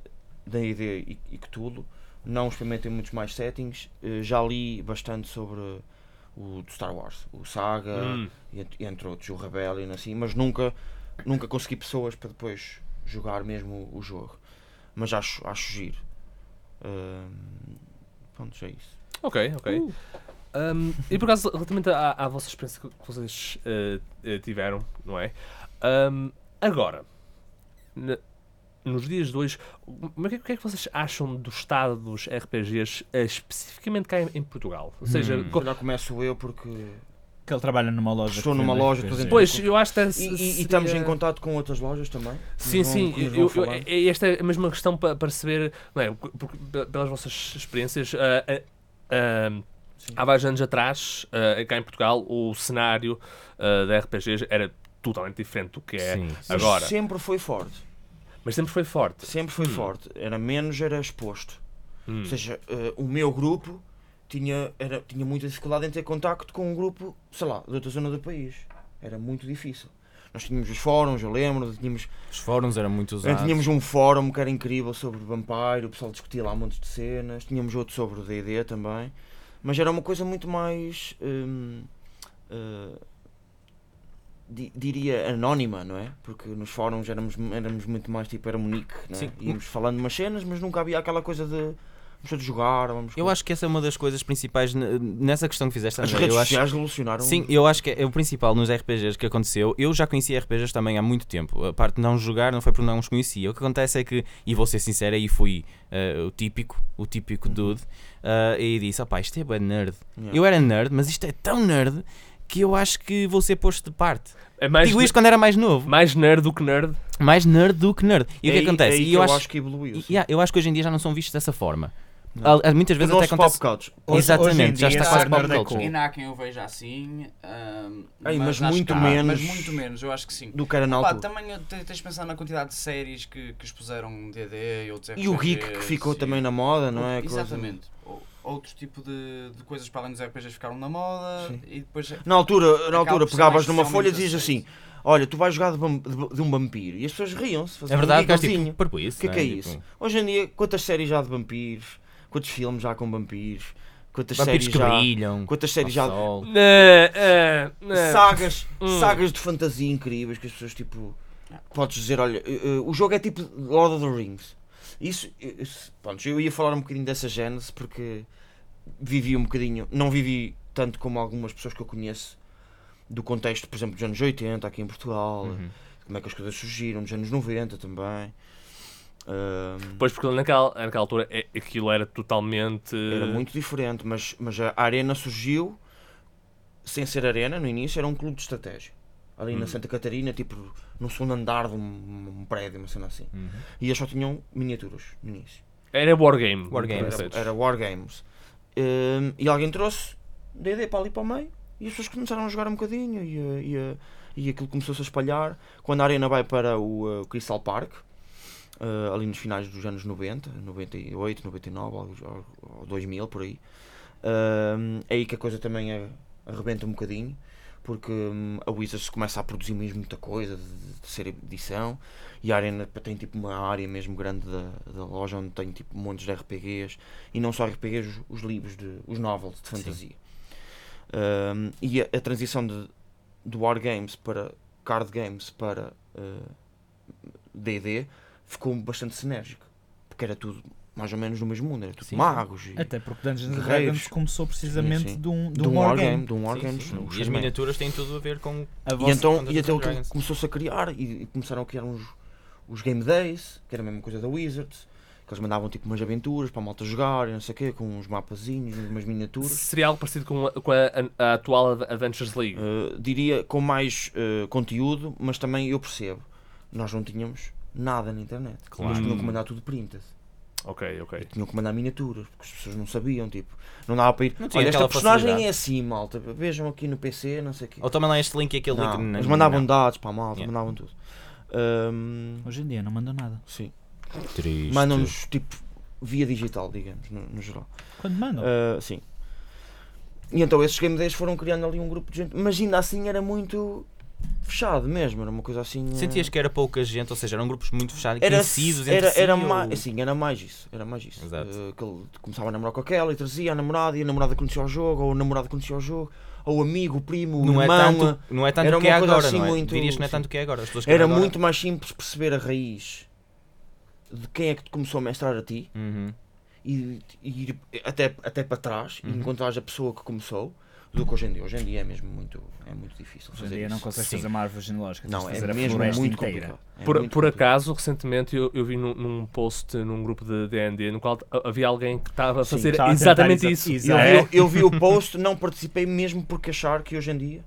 S4: D&D e, e Cthulhu. Não experimentei muitos mais settings. Eh, já li bastante sobre o de Star Wars, o Saga,
S3: Hum.
S4: e ent- e entre outros, o Rebellion, assim, mas nunca, nunca consegui pessoas para depois jogar mesmo o jogo. Mas acho, acho giro. Ahm, pronto, já é isso.
S3: Ok, ok. Um, e por acaso, relativamente à, à vossa experiência que que vocês eh, eh, tiveram, não é? Um, agora, na- nos dias de hoje, o que, é- o que é que vocês acham do estado dos RPGs, eh, especificamente cá em, em Portugal? Ou seja,
S5: Hum.
S3: co-
S4: Já começo eu porque
S6: Que ele trabalha numa loja.
S4: Estou
S6: que
S4: numa
S6: vende
S4: loja,
S6: RPG.
S4: estou dentro-
S3: pois, eu acho que até
S4: E,
S3: se-
S4: e- e
S3: seria-
S4: estamos em contato com outras lojas também? que
S3: Sim,
S4: nos vão-
S3: sim,
S4: que nos
S3: eu-
S4: vão
S3: eu-
S4: falar?
S3: é- é esta é a mesma questão para, para saber, não é, o que- porque pe- pelas vossas experiências, ah, ah, ah, há vários anos atrás, ah, cá em Portugal, o cenário ah, da RPGs era totalmente diferente do que é
S5: Sim, sim.
S4: Mas
S3: agora.
S4: Sempre foi forte.
S3: Mas sempre foi forte.
S4: Sempre foi forte. Era menos, era exposto.
S3: Hum.
S4: Ou seja, eh, o meu grupo tinha, era, tinha muita dificuldade em ter contacto com um grupo, sei lá, de outra zona do país. Era muito difícil. Nós tínhamos os fóruns, eu lembro, tínhamos,
S5: Os fóruns eram muito usados.
S4: tínhamos um fórum que era incrível sobre Vampire, o pessoal discutia lá montes de cenas, tínhamos outro sobre o D&D também, mas era uma coisa muito mais... hum, eh, hum, di- diria anónima, não é? Porque nos fóruns éramos, éramos muito mais tipo, era Munique, não é?
S5: Sim.
S4: Íamos falando umas cenas, mas nunca havia aquela coisa de vamos todos jogar, vamos.
S5: Eu acho que essa é uma das coisas principais ne- nessa questão que fizeste,
S4: as
S5: André.
S4: redes
S5: eu acho,
S4: sociais revolucionaram.
S5: Sim, eu acho que é o principal nos RPGs que aconteceu. Eu já conhecia RPGs também há muito tempo. A parte de não jogar não foi porque não os conhecia. O que acontece é que, e vou ser sincero, aí fui eh, o típico, o típico dude, eh, e disse: opá, isto é bué nerd.
S4: Uhum. Yeah.
S5: Eu era nerd, mas isto é tão nerd que eu acho que vou ser posto de parte.
S3: É mais,
S5: Digo isto quando era mais novo.
S3: mais nerd do que nerd.
S5: Mais nerd do que nerd. E o
S4: É
S5: que
S4: aí-
S5: acontece?
S4: é aí
S5: e
S4: que eu acho... que evoluiu.
S5: e-
S4: sim.
S5: yeah, eu acho que hoje em dia já não são vistos dessa forma.
S4: Não.
S5: Al- Muitas vezes
S4: o
S5: até
S4: nosso
S5: acontece.
S4: pop culture.
S6: Hoje-
S5: Exatamente,
S6: hoje em
S5: já
S6: dia,
S5: está
S6: ser
S5: quase pop
S6: nerd é
S5: culture.
S6: cool.
S7: Ainda há quem eu veja assim. ahm,
S4: Ei, mas
S7: acho
S4: muito
S7: que há,
S4: menos-
S7: Mas muito menos, eu acho que sim.
S4: do que era na
S7: Pá,
S4: altura.
S7: também eu- te- tens de pensar na quantidade de séries que, que expuseram DD e outros
S4: E o geek que ficou
S7: e-
S4: também na moda, não é? Coisa-
S7: Exatamente. O- Outro tipo de, de coisas para além dos RPGs ficaram na moda
S4: Sim.
S7: e depois. é
S4: Na altura, na
S7: Acaba
S4: altura
S7: por ser
S4: pegavas
S7: mais
S4: numa folha e
S7: socialmente
S4: dizias assim:
S7: aceito.
S4: Olha, tu vais jogar de, vam- de- de um vampiro. E as pessoas riam-se.
S5: É
S4: faziam
S5: verdade,
S4: um
S5: que é tipo,
S4: gigglezinho.
S5: por isso.
S4: O que é
S5: não
S4: que é
S5: Tipo,
S4: isso? Hoje em dia, quantas séries já de vampiros? Quantos filmes já com vampiros? Quantas
S5: Vampiros
S4: séries
S5: que
S4: já.
S5: brilham.
S4: Quantas
S5: ao
S4: séries já.
S5: sol.
S3: ah,
S4: Sagas,
S3: Hum.
S4: sagas de fantasia incríveis que as pessoas tipo. Podes dizer, olha, eh, eh, o jogo é tipo Lord of the Rings. Isso, eh, isso- pronto, eu ia falar um bocadinho dessa gênese porque vivi um bocadinho, não vivi tanto como algumas pessoas que eu conheço do contexto, por exemplo, dos anos 80 aqui em Portugal,
S5: Uhum.
S4: como é que as coisas surgiram, dos anos 90 também. Ahm,
S3: Pois, porque naquela, naquela altura é- aquilo era totalmente.
S4: Era muito diferente, mas, mas a a arena surgiu sem ser arena no início, era um clube de estratégia. Ali na Santa Catarina, tipo, no segundo andar de um, um prédio, uma cena assim.
S5: Uhum.
S4: E eles só tinham miniaturas no início.
S3: Era wargame.
S5: Wargame.
S3: conceitos.
S4: Era, era Wargames. Hum, e alguém trouxe DD para ali para o meio e as pessoas começaram a jogar um bocadinho e, uh, e, uh, e aquilo começou-se a espalhar. Quando a arena vai para o uh, Crystal Park, uh, ali nos finais dos anos 90, 98, 99, algo- algo- ou 2000 por aí, hum, é aí que a coisa também uh, arrebenta um bocadinho. Porque hum, a Wizards começa a produzir mesmo muita coisa de, de terceira edição e a Arena tem tipo uma área mesmo grande da, da loja onde tem tipo montes de RPGs e não só RPGs, os- os livros, de, os novels de fantasia. Um, e a, a transição de, de War Games para Card Games para uh, DD ficou bastante sinérgico porque era tudo mais ou menos no mesmo mundo, era tudo
S5: Sim, sim.
S4: magos e
S6: Até porque Dungeons and
S4: Guerreiros.
S6: Dragons começou precisamente
S4: Sim, sim.
S6: de um, de
S4: de
S6: um
S4: um
S6: wargame.
S4: wargame, de um
S5: Sim,
S4: wargame,
S5: sim.
S4: os
S5: E as
S4: X-Men.
S5: miniaturas têm tudo a ver com.
S6: A
S4: E
S6: vossa-
S4: então,
S5: Dungeons
S4: e até
S5: and
S4: o truque
S5: Dragons.
S4: começou-se a criar e, e começaram a criar uns os game days, que era a mesma coisa da Wizards, que eles mandavam tipo umas aventuras para a malta jogar e não sei o quê, com uns mapazinhos, umas miniaturas.
S3: Seria algo parecido com a, com a- a atual Ad- Adventures League.
S4: Uh, diria com mais uh, conteúdo, mas também eu percebo, nós não tínhamos nada na internet.
S5: Claro. Hum.
S4: Eles tinham que mandar tudo printed,
S3: Ok, ok.
S4: tinham que mandar miniaturas, porque as pessoas não sabiam, tipo, não dava para ir.
S5: Não tinha
S4: Olha, esta
S5: aquela
S4: personagem
S5: facilidade."
S4: é assim, malta, vejam aqui no PC, não sei o quê.
S5: Ou toma lá este link e aquele link.
S4: Não,
S5: N-
S4: eles mandavam
S5: não.
S4: dados para a malta,
S5: Yeah.
S4: mandavam tudo. Um,
S6: Hoje em dia não mandam nada.
S4: sim.
S5: Triste.
S4: mandam-nos tipo via digital, digamos, no, no geral.
S6: Quando mandam?
S4: Ah, sim. E então esses game days foram criando ali um grupo de gente, mas ainda assim era muito fechado mesmo, era uma coisa assim. eh,
S5: Sentias que era pouca gente, ou seja, eram grupos muito fechados,
S4: era,
S5: conhecidos entre
S4: era,
S5: si,
S4: era
S5: ou-
S4: mais, assim, era mais isso, era mais isso.
S5: Exato.
S4: Eh, que ele começava a namorar com aquela e trazia a namorada e a namorada conhecia o jogo, ou o namorado conhecia o jogo, ou o amigo, o primo, o
S5: não, é
S4: irmão.
S5: tanto,
S4: a-
S5: não é tanto
S4: era
S5: que é
S4: uma coisa
S5: agora,
S4: assim
S5: não é?
S4: muito-
S5: Dirias que não é
S4: sim.
S5: tanto que é agora. As pessoas que
S4: Era
S5: agora-
S4: muito mais simples perceber a raiz de quem é que te começou a mestrar a ti.
S5: Uhum.
S4: e, e ir até, até para trás e encontrares a pessoa que começou do que hoje em dia. Hoje em dia é mesmo muito, é muito difícil
S6: Hoje em
S4: fazer
S6: dia
S4: isso.
S6: não consegues
S5: Sim.
S6: fazer uma árvore genealógica. tens
S4: Não,
S6: de
S4: é
S6: fazer a
S4: mesmo
S6: floresta
S4: muito
S6: inteira.
S4: complicado. É
S3: Por,
S4: muito
S3: por
S4: complicado.
S3: acaso, recentemente eu, eu vi num, num post num grupo de D&D no qual a- havia alguém que estava a
S4: Sim,
S3: fazer
S6: estava a tentar
S3: exatamente
S6: exa-
S3: isso.
S4: Eu,
S6: exato.
S3: É.
S4: vi, eu vi o post, não participei mesmo porque achar que hoje em dia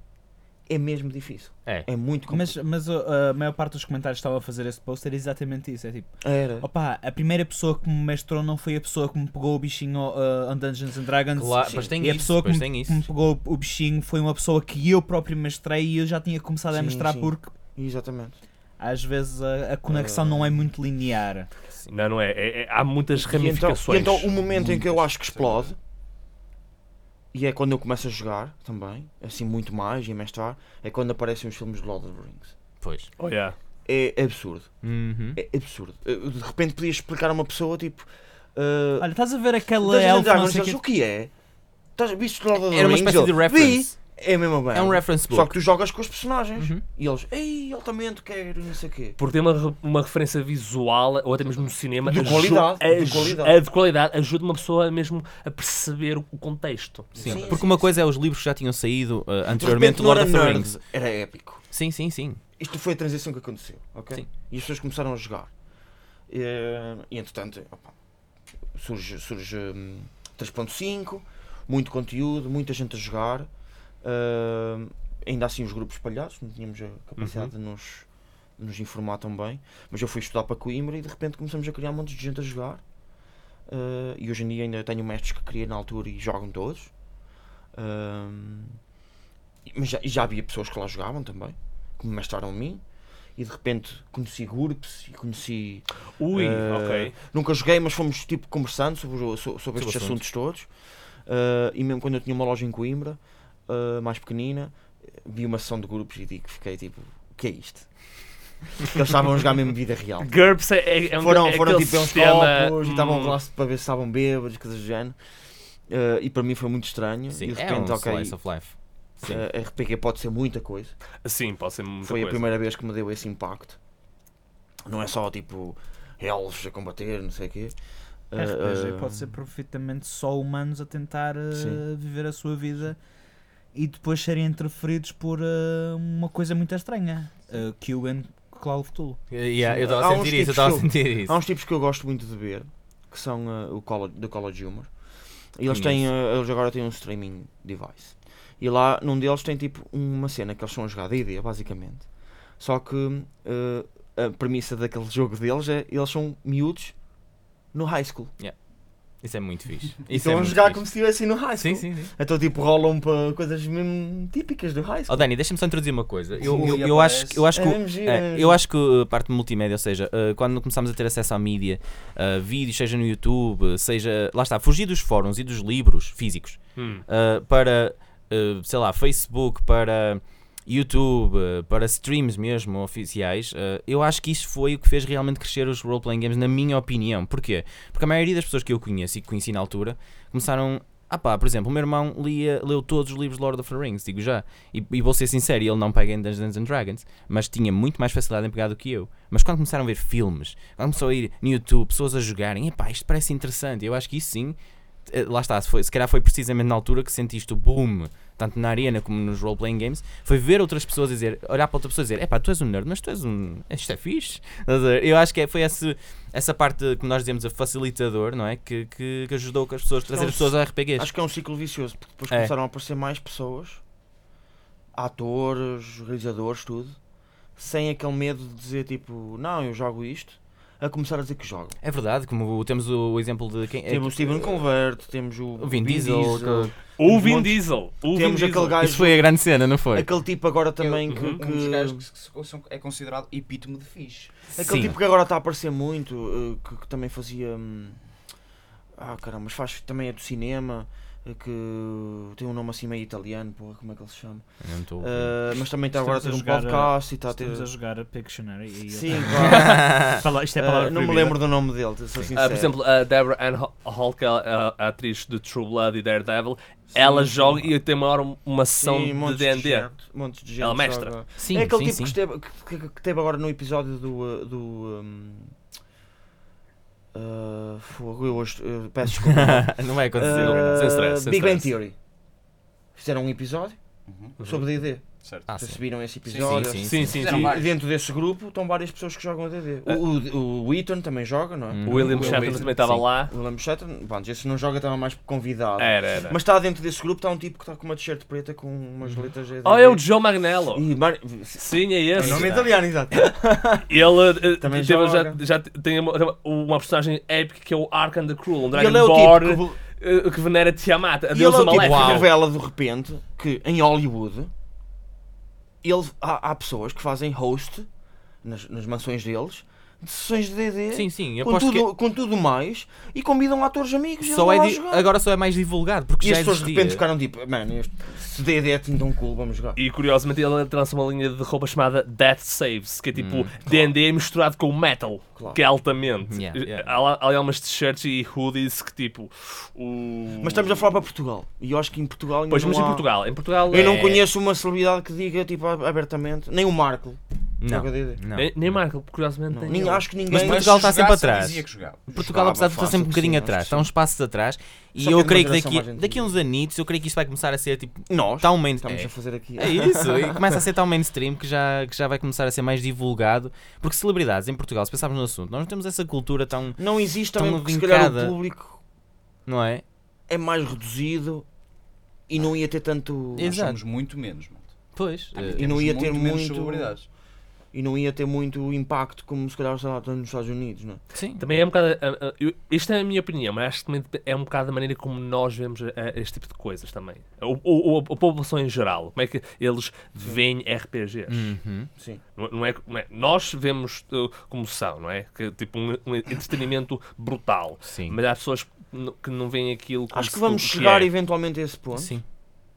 S4: é mesmo difícil.
S5: É.
S4: É muito
S6: Mas,
S4: complicado.
S6: mas uh, a maior parte dos comentários que estavam a fazer esse post era exatamente isso. É tipo,
S4: Era.
S6: opa, a primeira pessoa que me mestrou não foi a pessoa que me pegou o bichinho uh, on Dungeons and Dragons.
S5: Claro, mas tem
S6: e a
S5: isso,
S6: pessoa que
S5: pois
S6: me,
S5: tem
S6: que
S5: isso.
S6: me pegou o bichinho foi uma pessoa que eu próprio mestrei e eu já tinha começado a
S4: Sim,
S6: mestrar
S4: sim.
S6: porque
S4: Exatamente.
S6: às vezes a, a conexão
S4: Ah.
S6: não é muito linear.
S3: Não, não é. É- é- há muitas
S4: E então, e
S3: ramificações.
S4: então o momento em que eu acho que explode, e é quando eu começo a jogar também, assim muito mais e a mestrar, é quando aparecem os filmes de Lord of the Rings.
S5: Pois.
S3: Oh, yeah.
S4: É absurdo.
S5: Uhum.
S4: É absurdo. Eu, De repente podias explicar a uma pessoa tipo. Uh,
S6: Olha, estás a ver aquela
S4: Dungeons and
S6: elfa, não
S4: Dragons,
S6: sei
S4: sabes
S6: quê?
S4: o que é? Estás, viste Lord of the
S5: Era uma
S4: Rings?
S5: espécie de
S4: Eu,
S5: reference.
S4: Vi, É a mesma
S5: É
S4: guerra.
S5: um reference book.
S4: Só que tu jogas com os personagens
S5: Uhum.
S4: e eles, ei, altamente quero, não sei o quê.
S3: Porque tem uma, re- uma referência visual, ou até mesmo no cinema,
S4: De
S3: aju-
S4: qualidade, de
S3: aju-
S4: qualidade.
S3: a de qualidade ajuda uma pessoa mesmo a perceber o contexto.
S5: Sim,
S4: Sim,
S5: porque
S4: sim,
S5: uma
S4: sim.
S5: coisa é os livros que já tinham saído uh,
S4: De repente,
S5: anteriormente
S4: não
S5: Lord
S4: era
S5: of the
S4: nerd,
S5: Rings.
S4: Era épico.
S5: Sim, sim, sim.
S4: Isto foi a transição que aconteceu, ok?
S5: Sim.
S4: E as pessoas começaram a jogar. E, e, entretanto, opa, surge, surge hum, 3.5, muito conteúdo, muita gente a jogar. hum, ainda assim os grupos espalhados, não tínhamos a capacidade de nos, de nos informar tão bem. Mas eu fui estudar para Coimbra e de repente começamos a criar um monte de gente a jogar. Uh, e hoje em dia ainda tenho mestres que criei na altura e jogam todos. Um, mas já, e já havia pessoas que lá jogavam também, que me mestraram a mim. E de repente conheci GURPS e conheci.
S3: Ui,
S4: uh,
S3: ok.
S4: Nunca joguei, mas fomos tipo conversando sobre, o- so- sobre, estes
S5: assunto.
S4: assuntos todos. Uh, e mesmo quando eu tinha uma loja em Coimbra, uh, mais pequenina, vi uma sessão de GURPS e digo, fiquei tipo: o que é isto? Porque eles estavam a jogar mesmo vida real
S3: GURPS é, é, é um
S4: foram,
S3: é
S4: foram
S3: aquele
S4: tipo a uns
S3: sistema...
S4: copos e
S3: Hum,
S4: estavam lá para ver se estavam bêbados, coisas do género. Eh, e para mim foi muito estranho.
S5: Sim,
S4: e de
S5: é
S4: repente,
S5: um
S4: ok,
S5: slice of life. Sim.
S4: eh, RPG pode ser muita coisa.
S3: Sim, pode ser muita
S4: foi
S3: coisa.
S4: a primeira vez que me deu esse impacto. Não é só tipo elves a combater, não sei o quê. Eh,
S6: RPG
S5: Ah.
S4: eh,
S6: É, pode ser perfeitamente só humanos a tentar eh,
S4: Sim.
S6: viver a sua vida e depois serem interferidos por eh, uma coisa muito estranha. Uh, Kyugan Call of Cthulhu.
S5: Yeah, eu estava
S4: Há
S5: a
S4: uns
S5: sentir isso, eu
S4: tipos
S5: estava a
S4: que-
S5: sentir isso.
S4: Há uns tipos que eu gosto muito de ver, que são eh, o Colo- do College Humor. E eles têm, eh, eles agora têm um streaming device. E lá num deles tem tipo uma cena que eles são a jogar D&D, basicamente. Só que eh, a premissa daquele jogo deles é eles são miúdos no high school.
S5: Isso é muito fixe.
S4: E
S5: Isso
S4: estão
S5: é
S4: a
S5: muito
S4: jogar
S5: fixe.
S4: como se estivessem no high
S5: Sim,
S4: school.
S5: sim, sim.
S4: Então tipo rolam para coisas mesmo típicas do high
S5: Oh,
S4: school.
S5: Dani, deixa-me só introduzir uma coisa. Eu,
S7: Ui,
S5: eu, eu acho,
S7: aparece.
S5: eu acho
S4: É
S5: que. o-
S4: mesmo giro, é
S5: é,
S4: mesmo
S5: eu acho que a parte multimédia, ou seja, eh, quando começámos a ter acesso à mídia, eh, vídeos, seja no YouTube, seja. Lá está, fugir dos fóruns e dos livros físicos
S3: Hum.
S5: eh, para, eh, sei lá, Facebook, para YouTube, eh, para streams mesmo oficiais, eh, eu acho que isso foi o que fez realmente crescer os role-playing games, na minha opinião. Porquê? Porque a maioria das pessoas que eu conheço e que conheci na altura começaram. Ah pá, por exemplo, o meu irmão lia, leu todos os livros de Lord of the Rings, digo já. E, e vou ser sincero, ele não pega em Dungeons and Dragons, mas tinha muito mais facilidade em pegar do que eu. Mas quando começaram a ver filmes, quando começou a ir no YouTube, pessoas a jogarem, epá, isto parece interessante. Eu acho que isso sim, eh, lá está, se, foi, se calhar foi precisamente na altura que sentiste o boom, tanto na arena como nos role-playing games, foi ver outras pessoas a dizer, olhar para outra pessoa e dizer, epá, tu és um nerd, mas tu és um. Isto é fixe. Estás a ver? Eu acho que é- foi esse, essa parte, como nós dizemos, a facilitador, não é? Que, que, que ajudou que as pessoas, trazer
S4: Então,
S5: as pessoas a RPGs.
S4: Acho que é um ciclo vicioso, porque depois
S5: É.
S4: começaram a aparecer mais pessoas, atores, realizadores, tudo, sem aquele medo de dizer tipo, não, eu jogo isto, a começar a dizer que jogo.
S5: É verdade, como o- temos o, exemplo de quem é
S4: temos o
S5: que-
S4: Steven Convert, temos o,
S5: o Vin Diesel. que-
S3: O
S4: Temos
S3: Vin
S4: montes-
S3: Diesel. O Vin
S4: temos
S3: Diesel.
S4: aquele gajo,
S5: Isso foi a grande cena, não foi?
S4: aquele tipo agora também que,
S3: Uhum.
S4: que-
S7: Um dos gajos que se- são- é considerado epítome de fixe.
S4: aquele
S5: Sim.
S4: tipo que agora está a aparecer muito, eh, que, que também fazia, hum, ah caramba, mas faz também é do cinema, eh, que tem um nome assim meio italiano, porra, como é que ele se chama?
S5: Eu não estou a ouvir.
S4: Uh, mas também está
S6: Estamos
S4: agora a
S6: a
S4: ter um
S6: jogar,
S4: podcast e está a ter.
S6: Estamos a jogar a Pictionary e
S4: Sim,
S6: eu-
S4: claro.
S6: Fala- isto é a palavra
S4: Uh, não me
S6: proibida.
S4: lembro do nome dele, sou sincero.
S3: Ah, por exemplo, a Deborah Ann Ho- Holka, a- a atriz de True Blood e Daredevil, ela joga e tem uma hora uma sessão
S4: Sim,
S3: de
S4: montes
S3: D&D.
S4: gente- montes de gente
S3: Ela mestra.
S4: joga.
S5: Sim,
S4: é aquele
S5: sim,
S4: tipo
S5: sim.
S4: Que, esteve, que- que- que teve agora no episódio do. uh, do um, uh, fogo, eu hoje uh, peço desculpa.
S5: não vai acontecer.
S4: Uh,
S3: Sem stress, sem
S4: Big Bang
S3: stress.
S4: Theory. Fizeram um episódio
S6: Uhum,
S4: sobre DD.
S7: Certo.
S5: Ah,
S4: Vocês
S5: sim.
S4: viram esse
S7: sim,
S4: episódio?
S5: sim.
S3: Sim, sim,
S7: Fizeram
S3: sim.
S4: E
S7: vários.
S4: dentro desse grupo estão várias pessoas que jogam a DD. O, o, o Ethan também joga,
S6: Uhum.
S4: não é?
S5: Hum.
S3: O William
S4: Will
S3: Shatner
S4: Wheaton,
S3: também estava
S5: sim.
S3: lá.
S4: O William Shatner, pronto, esse não joga, estava mais convidado.
S5: É.
S3: Era, era.
S4: Mas está dentro desse grupo, está um tipo que está com uma t-shirt preta com umas letras GD.
S5: Ah,
S3: Oh, é o Joe Magnello.
S4: E Mar...
S3: Sim, é
S4: É o
S3: esse.
S4: nome italiano,
S5: É.
S4: exato.
S3: Ele eh,
S4: Também
S3: teve- já,
S4: joga.
S3: já tem uma, uma personagem épica que é o Ark and the Cruel, um
S4: E ele é o
S3: Dragonborn
S4: tipo que,
S3: eh, que venera Tiamat, a
S4: e ele é
S3: deusa
S4: o tipo que
S3: maléfica.
S4: revela de repente que em Hollywood ele... há, há pessoas que fazem host nas, nas mansões deles de sessões de DD.
S5: Sim, sim, eu
S4: Com
S5: aposto que
S4: tudo, com tudo mais e convidam atores amigos. e eles
S5: só
S4: vão
S5: é
S4: lá
S5: di-
S4: jogar.
S5: agora só é mais divulgado porque
S4: E
S5: já
S4: as pessoas de repente
S5: existia.
S4: ficaram tipo, mano, este- se DD é tão cool, vamos jogar.
S3: E curiosamente ele lança uma linha de roupa chamada Death Saves, que é tipo D&D misturado com metal.
S4: Hum, Claro.
S3: que é altamente.
S5: Yeah, yeah.
S3: Há, lá- há ali algumas t-shirts e hoodies que tipo. O...
S4: Mas estamos a falar para Portugal. E eu acho que em Portugal ainda
S3: Pois,
S4: não
S3: mas em
S4: há-
S3: Portugal. Em Portugal
S4: Eu não
S3: é-
S4: conheço uma celebridade que diga tipo a- abertamente, nem o Marco.
S5: Não,
S4: Joga DD.
S5: não.
S3: é- Nem, nem Marco, curiosamente.
S4: Não,
S3: nem
S4: nem-
S3: eu.
S4: acho que ninguém.
S5: Mas Portugal está sempre atrás.
S7: Dizia que jogava.
S5: Portugal,
S4: Jogava
S5: apesar de estar
S4: fácil,
S5: sempre um bocadinho
S4: sim,
S5: atrás,
S4: acho que
S5: está uns passos atrás. E
S4: Só
S5: eu
S4: que
S5: creio
S4: era
S5: que
S4: uma geração
S5: daqui,
S4: mais
S5: daqui a uns anitos, eu creio que isto vai começar a ser tipo.
S4: Nós
S5: Tão main...
S4: estamos
S5: é.
S4: a fazer aqui.
S5: É isso, e começa a ser tão mainstream que já, que já vai começar a ser mais divulgado. Porque celebridades em Portugal, se pensarmos no assunto, nós não temos essa cultura tão.
S4: Não existe
S5: Tão
S4: também porque se calhar
S5: vincada.
S4: o público
S5: Não é?
S4: é mais reduzido e não ia ter tanto
S5: Exato.
S7: Nós somos muito menos, mano.
S4: Tá,
S5: Pois. eh,
S4: E não ia ter
S7: menos
S4: muito-
S7: celebridades.
S4: e não ia ter muito impacto como se calhar sei lá, nos Estados Unidos, não é?
S5: Sim.
S3: Também é um bocado. a- a- eu- Esta é a minha opinião, mas acho que também dep- é um bocado da maneira como nós vemos a- a este tipo de coisas também. Ou, ou- ou a, a população em geral. Como é que eles veem RPGs?
S5: Uhum.
S4: Sim.
S3: Não, não é, não é- nós vemos uh, como são, não é? Que, tipo um, um entretenimento brutal.
S5: Sim.
S3: Mas há pessoas que n- que não veem aquilo como
S4: Acho que
S3: se-
S4: vamos
S3: o
S4: chegar
S3: é.
S4: eventualmente a esse ponto.
S5: Sim.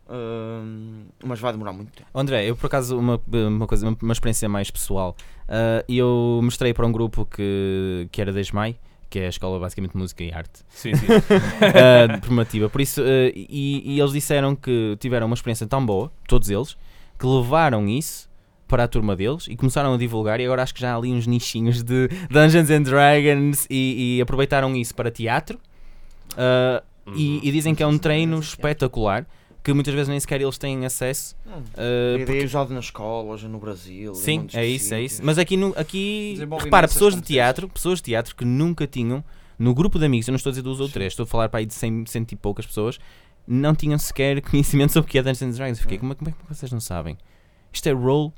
S4: Ahm, mas vai demorar muito tempo.
S5: Oh, André, eu por acaso uma, uma coisa, uma, uma experiência mais pessoal. Ah, eu mostrei para um grupo que, que era da ESMAI, que é a escola basicamente de música e arte
S3: Sim, sim.
S5: ah, de formativa. Por isso, ah, e, e eles disseram que tiveram uma experiência tão boa, todos eles, que levaram isso para a turma deles e começaram a divulgar e agora acho que já há ali uns nichinhos de Dungeons and Dragons e, e aproveitaram isso para teatro. Ah, e, e dizem que é um treino espetacular que muitas vezes nem sequer eles têm acesso. ah,
S4: A ideia é usada na escola, hoje no Brasil. em
S5: Sim,
S4: montes de
S5: é isso, é isso.
S4: sítios.
S5: Mas aqui, nu- aqui
S7: Desenvolve
S5: repara,
S7: imensas
S5: pessoas de
S7: competências.
S5: teatro, pessoas de teatro que nunca tinham, no grupo de amigos, eu não estou a dizer duas ou três, estou a falar para aí de cem, cento e poucas pessoas, não tinham sequer conhecimento sobre o que é Dungeons and Dragons. Eu Fiquei, como, é- como é que vocês não sabem? Isto é role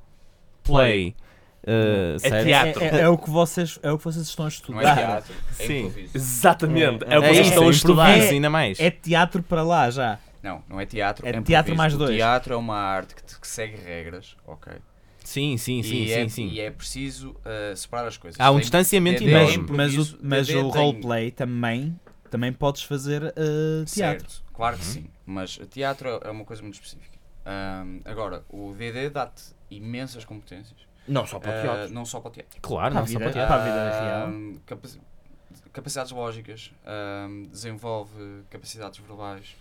S5: play. Uh,
S3: É
S5: certo?
S3: teatro.
S6: É, é o que vocês, é o que vocês estão a
S7: Não é
S6: estudar.
S7: teatro. É
S4: Ah,
S5: Sim.
S7: improviso.
S3: Exatamente. É,
S4: É
S3: o que
S5: É
S3: vocês
S5: isso,
S3: estão
S5: é
S3: a estudar.
S5: improviso, ainda mais.
S6: É teatro para lá já.
S7: Não, não é teatro.
S6: É
S7: improviso.
S6: teatro mais
S7: O
S6: dois.
S7: Teatro é uma arte que, te- que segue regras, ok?
S5: Sim, sim, sim,
S7: e,
S5: sim,
S7: é,
S5: sim.
S7: e é preciso uh, separar as coisas.
S5: Há um
S7: Tem-
S5: distanciamento
S7: DD é
S6: Mas,
S5: enorme.
S7: impro-
S6: mas
S7: improviso,
S6: o, mas
S7: DD
S6: o
S7: tem-
S6: roleplay também, também podes fazer uh, teatro. Uhum.
S7: Certo, claro que sim. Mas teatro é- é uma coisa muito específica. Ahm, agora, o DD dá-te imensas competências.
S4: Não só para o
S7: ah,
S4: teatro.
S7: não só para o teatro.
S6: Para
S5: Claro, não
S6: a
S5: só
S6: vida-
S7: é
S5: para teatro.
S6: é Para a vida real.
S7: Ahm, capaci- capacidades lógicas, ahm, desenvolve capacidades verbais.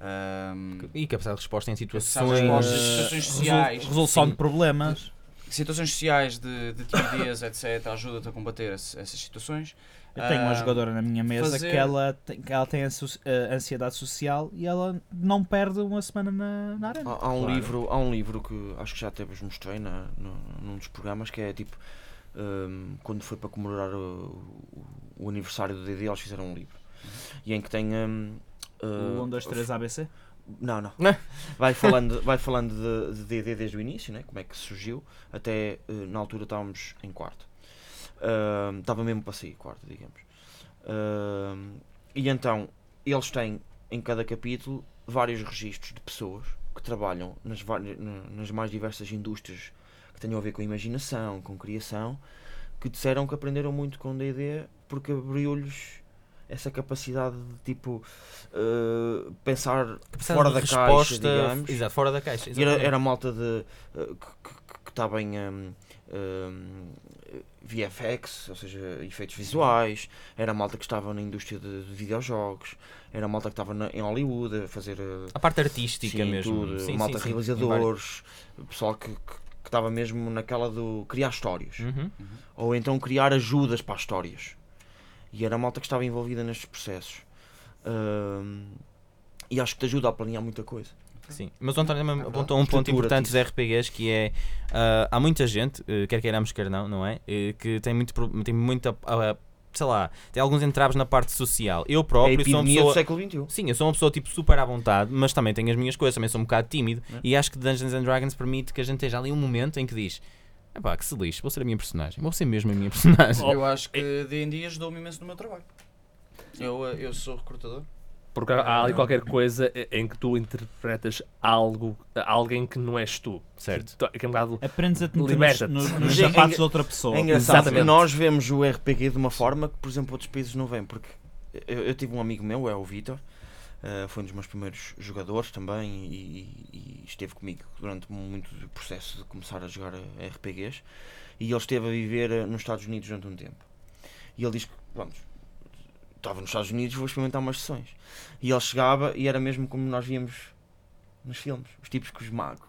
S7: ahm,
S5: E capacidade de resposta
S7: Capacidade
S5: em situações.
S7: de resposta,
S6: Eh,
S7: situações
S6: resol-
S7: sociais.
S6: Resolução de problemas.
S7: situações sociais de, de timidez, etc., ajuda-te a combater esse- essas situações.
S6: Eu tenho uma
S7: Ah,
S6: jogadora na minha mesa
S7: fazer-
S6: que, ela tem, que ela tem ansu- eh, ansiedade social e ela não perde uma semana na, na arena.
S4: Há, há um livro, há um livro que acho que já até vos mostrei na, no- num dos programas que é tipo ahm, quando foi para comemorar o, o- o aniversário do DD eles fizeram um livro e em que tem ahm, ah,
S6: O 1, 2, 3 ABC.
S4: Não, não. Vai falando, vai falando de, de DD desde o início, né? como é que surgiu, até eh, na altura estávamos em quarto. Ahm, Estava mesmo para sair quarto, digamos. Ahm, e então, eles têm em cada capítulo vários registros de pessoas que trabalham nas, vari- na- nas mais diversas indústrias que tenham a ver com imaginação, com criação, que disseram que aprenderam muito com DD porque abriu-lhes essa capacidade de tipo eh, pensar
S5: Capacidade
S4: fora
S5: de
S4: da caixa,
S5: resposta-
S4: digamos.
S5: Exato, fora da caixa.
S4: E era,
S5: exatamente.
S4: era malta de, eh, que- que- que estava em hum, hum, VFX, ou seja,
S5: Uhum.
S4: efeitos visuais, era malta que estava na indústria de, de videojogos, era malta que estava na- em Hollywood a fazer eh,
S5: A parte artística
S4: sim,
S5: mesmo.
S4: tudo,
S5: Sim, sim,
S4: malta
S5: sim, em
S4: realizadores, pessoal que que- que estava mesmo naquela do criar histórias
S5: vários. Uhum.
S4: ou então criar ajudas para as histórias. E era a malta que estava envolvida nestes processos. Ahm, e acho que te ajuda a planear muita coisa.
S5: Sim, mas o António também
S4: Ah,
S5: apontou um ponto
S4: estrutura
S5: importante
S4: disso.
S5: dos RPGs que é ah, há muita gente, eh, quer queiramos, quer não, não é? Eh, que tem muito pro- tem muita ah, sei lá, tem alguns entraves na parte social. Eu
S4: É a
S5: próprio sou uma
S4: epidemia do
S5: pessoa.
S4: século um. XXI.
S5: Sim, eu sou uma pessoa tipo super à vontade, mas também tenho as minhas coisas, também sou um bocado tímido
S4: É.
S5: e acho que Dungeons and Dragons permite que a gente esteja ali um momento em que diz Epá, que se lixe, vou ser a minha personagem, vou ser mesmo a minha
S4: Oh,
S5: personagem.
S7: Eu acho que D&D ajudou-me imenso no meu trabalho. Eu, eh, eu sou recrutador.
S3: Porque há ali qualquer coisa em que tu interpretas algo, alguém que não és tu.
S5: Certo.
S3: Que é um bocado.
S6: Aprendes a te meter nos,
S3: Liberta-te.
S6: nos- nos
S4: Mas é-
S6: sapatos
S4: é-
S6: de outra pessoa.
S4: É engraçado
S3: Exatamente.
S4: que nós vemos o RPG de uma forma que, por exemplo, outros países não vêm. Porque eu, eu tive um amigo meu, é o Vitor, ah, foi um dos meus primeiros jogadores também e, e- e esteve comigo durante muito do processo de começar a jogar ah, RPGs. E ele esteve a viver ah, nos Estados eh, Unidos durante um tempo. E ele diz que, vamos, estava nos Estados Unidos, vou experimentar umas sessões. E ele chegava e era mesmo como nós víamos nos filmes: os tipos com os magos.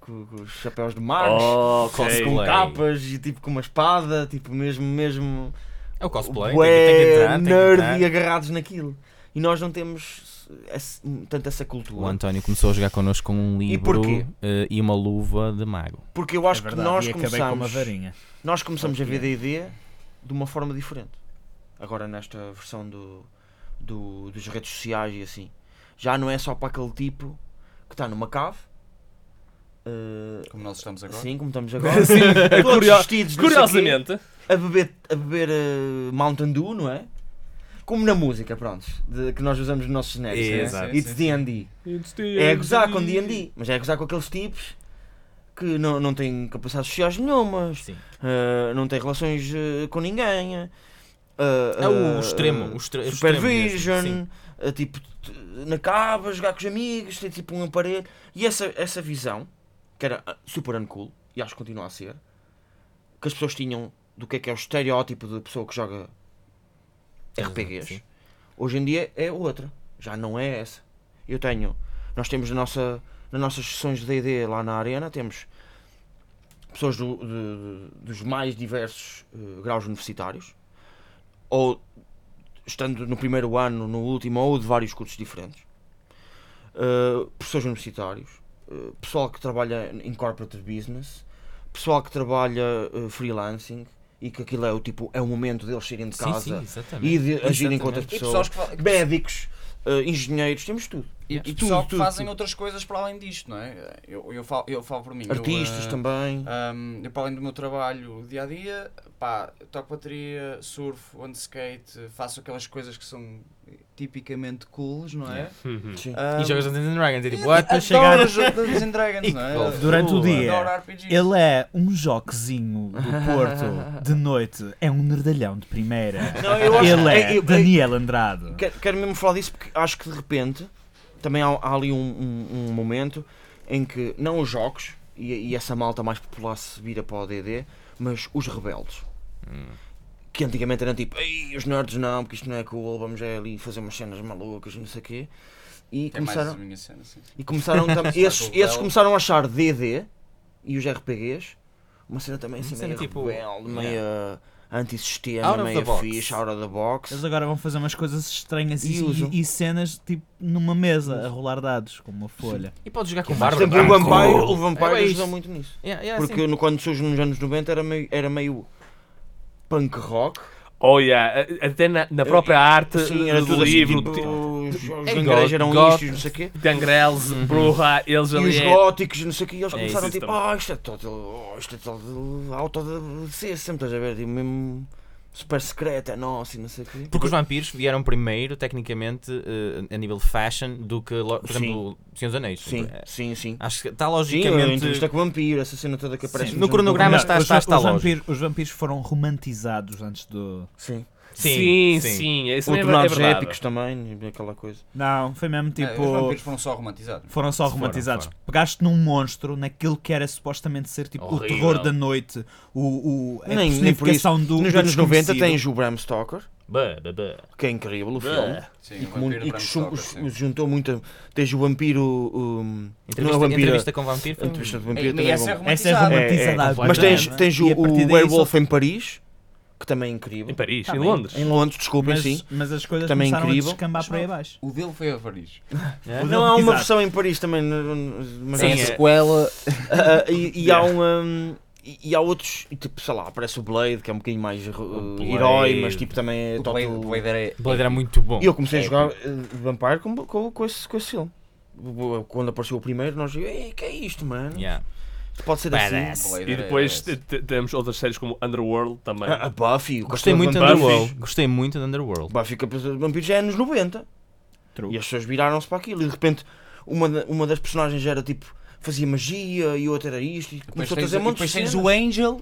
S4: Com com os chapéus de magos,
S3: Oh,
S4: com
S5: cosplay.
S4: capas e tipo com uma espada, tipo mesmo, mesmo
S5: É o cosplay.
S4: bué
S5: tem que- tem que entrar, tem que
S4: nerd
S5: entrar.
S4: e agarrados naquilo. E nós não temos esse- tanto essa
S5: O
S4: cultura.
S5: António começou a jogar connosco com um livro
S4: porquê?
S5: eh, e uma luva de mago.
S4: Porque eu acho
S6: é
S4: que
S6: verdade,
S4: nós
S6: e acabei com uma
S4: começamos,
S6: varinha.
S4: nós começamos a
S6: Ok.
S4: VDD de uma forma diferente. Agora nesta versão do, do- dos redes sociais e assim. Já não é só para aquele tipo que está numa cave. eh,
S7: Como nós estamos agora.
S4: assim como estamos agora.
S3: Sim, é
S4: todos
S3: curio-
S4: vestidos, não sei o quê.
S3: Curiosamente,
S4: a beber, a beber eh, Mountain Dew, não é? Como na música, pronto, de- que nós usamos nos nossos snacks.
S5: É,
S4: né?
S5: exato.
S4: It's D&D. É a gozar com D&D, mas é a gozar com aqueles tipos que não, não têm capacidades sociais nenhumas,
S5: Sim.
S4: eh, não têm relações eh, com ninguém. eh, eh,
S5: É o
S4: eh,
S5: extremo, o
S4: eh,
S5: extre- o
S4: Supervision,
S5: extremo mesmo,
S4: eh, tipo, t- na cava, jogar com os amigos, ter tipo um aparelho. E essa, essa visão, que era ah, super uncool, e acho que continua a ser, que as pessoas tinham do que é que é o estereótipo de pessoa que joga RPGs,
S5: sim.
S4: hoje em dia é outra. Já não é essa. Eu tenho. Nós temos na nossa, nas nossas sessões de DD lá na Arena, temos pessoas do- de- de- dos mais diversos eh, graus universitários, ou estando no primeiro ano, no último, ou de vários cursos diferentes, Eh, professores universitários, eh, pessoal que trabalha em corporate business, pessoal que trabalha eh, freelancing e que aquilo é o tipo é o momento deles saírem de
S5: Sim,
S4: casa
S5: sim, exatamente.
S4: e de agirem com outras
S5: Exatamente.
S7: E pessoas
S4: pessoas,
S7: que, fa-
S4: médicos, eh, engenheiros, temos tudo.
S7: e
S4: tudo,
S7: pessoal que
S4: tudo,
S7: fazem
S4: tudo.
S7: outras coisas para além disto, não é? Eu, eu, falo, eu falo por mim. eu,
S4: Artistas
S7: eh,
S4: também.
S7: Ahm, eu, para além do meu trabalho dia a dia, pá, toco bateria, surfo, ando de skate, faço aquelas coisas que são tipicamente cools, não é?
S4: Sim.
S7: Ahm,
S5: E jogas Dungeons and Dragons, é tipo,
S7: e
S5: what, mas
S7: Adoro
S5: chegaram.
S7: jogo de Dungeons and Dragons, não é?
S5: golfe.
S6: Durante o
S5: Boa.
S6: dia,
S7: Adoro RPGs.
S6: ele é um joquezinho do Porto, de noite, é um nerdalhão de primeira.
S4: Não, eu acho-
S6: ele é
S4: eu- eu-
S6: Daniel Andrade.
S4: Quero, quero mesmo falar disso porque acho que de repente também há, há ali um, um- um momento em que não os jogos e, e essa malta mais popular se vira para o DD, mas os rebeldes. Hum. Que antigamente eram tipo, Ei, os nerds não, porque isto não é cool, vamos é ali fazer umas cenas malucas, não sei o quê. E
S7: É mais a
S4: começaram,
S7: minha cena, sim.
S4: e começaram tam-
S7: Só
S4: esses,
S7: que o
S4: esses
S7: rebelde-
S4: começaram a achar DD e os RPGs uma cena também assim,
S5: cena
S4: meio
S5: tipo-
S4: rebelde, meio eh, antissistema,
S5: Out of the
S4: meio
S5: box.
S4: fixe, out of the box.
S6: Eles agora vão fazer umas coisas estranhas
S4: E
S6: e,
S4: usam.
S6: e- e cenas tipo numa mesa a rolar dados com uma folha.
S5: E podes jogar com
S4: Por
S5: Bárbara.
S4: exemplo, o Vampire, o Vampire
S5: É isso. É assim.
S4: ajudou muito nisso.
S5: Yeah, yeah,
S4: Porque
S5: sim.
S4: no, quando surge nos anos 90 era meio, era meio punk rock.
S3: Oh, yeah. a- Até na, na própria arte
S4: É, Sim, era
S3: do
S4: tudo assim,
S3: livro,
S4: tipo,
S3: ti-
S4: os, os
S3: É
S4: gangrejos
S3: go-
S4: eram
S3: goth-
S4: isto e não sei o quê.
S3: Gangrels, Bruja, eles
S4: E os
S3: ali. é-
S4: góticos, e não sei o quê, e eles
S5: É
S4: começaram
S3: isso
S4: tipo, ah, isto é todo, oh, isto é todo auto de system, estás a ver? Tipo, mesmo super secreto, é nosso e não sei o quê.
S5: Porque os vampiros vieram primeiro, tecnicamente, eh, a nível de fashion, do que, lo- por
S4: Sim.
S5: exemplo, o Senhor dos Anéis.
S4: Sim,
S5: Eh,
S4: sim, sim.
S5: Acho que está
S4: Sim, a
S5: logicamente.
S4: entrevista com o vampiro, essa cena toda que aparece
S5: Sim,
S4: nos
S5: no
S4: anos
S5: cronograma
S4: 90.
S5: está- está-
S6: os,
S5: está
S6: os,
S5: longe.
S6: vampiros, os vampiros foram romantizados antes do.
S4: Sim.
S3: Sim, sim, é isso
S4: Ou
S3: mesmo é
S4: tornados
S3: verdade.
S4: épicos também, aquela coisa.
S6: Não, foi mesmo
S7: É, os
S6: tipo.
S7: vampiros foram só romantizados.
S6: foram só romantizados. Pegaste num monstro, naquilo que era supostamente ser tipo
S3: Horrível.
S6: o terror da noite, o, o, a
S4: Nem- nem por
S6: personificação do.
S4: Nos
S6: do
S4: anos 90
S6: desconhecido.
S4: tens o Bram Stoker,
S3: Ba, ba, ba.
S4: que é incrível o
S3: Bleh.
S4: filme.
S7: Sim,
S4: e
S7: o
S4: que, mu-
S7: um vampiro
S4: e que
S7: Bram
S4: ju-
S7: Stoker,
S4: os-
S7: sim.
S4: os juntou muita. Tens o vampiro. um, não é
S5: Entrevista,
S4: o vampiro.
S5: entrevista com vampiro.
S4: a
S5: foi- um
S4: entrevista do
S7: Ei,
S4: vampiro
S7: mas
S4: também é
S7: essa é
S4: bom.
S6: Essa é
S7: romantizada.
S6: romantizada.
S4: É, é.
S6: completamente.
S4: Mas tens, tens
S6: E
S4: o,
S6: a partir
S4: o
S6: daí
S4: Werewolf
S6: só-
S4: em Paris, que também é incrível.
S3: Em Paris,
S6: Tá
S3: em
S6: bem.
S3: Londres.
S4: Em Londres, desculpem,
S6: Mas,
S4: sim.
S6: mas as coisas
S4: Também é
S6: começaram
S4: incrível.
S6: a descambar para aí abaixo.
S7: O dele foi a Paris.
S6: O
S4: Não, há uma
S6: exato.
S4: versão em Paris também. n- n- Mas
S5: Sim,
S4: é-
S5: é.
S4: sequela. Ah, e, e há um. um, e e há outros, e tipo, sei lá, aparece o Blade, que é um bocadinho mais uh,
S3: Blade.
S4: herói, mas tipo também é
S7: O
S4: todo-
S7: Blade, o Blade era.
S5: Blade era muito bom. É
S4: E eu comecei a jogar eh, Vampire com, com, com, esse, com esse filme. Bo- Quando apareceu o primeiro, nós dizíamos, ei, que é isto, mano?
S5: Yeah.
S4: Isto Pode ser
S5: Badass.
S4: assim.
S7: Blade
S3: E
S7: era-
S3: depois
S7: era-
S3: t- t- temos outras séries como Underworld também.
S4: A, a Buffy, o Caçador de
S5: Gostei muito do
S4: Vampiros.
S5: Underworld. Gostei muito do Underworld.
S4: Buffy, o Caçador de Vampiros já é anos 90.
S6: True.
S4: E as pessoas viraram-se para aquilo. E de repente, uma, da- uma das personagens era tipo, fazia magia e outra era isto. E
S7: Depois
S4: começou a
S7: tens,
S4: trazer
S7: e
S4: um monte de
S7: depois tens
S4: cenas.
S7: o Angel,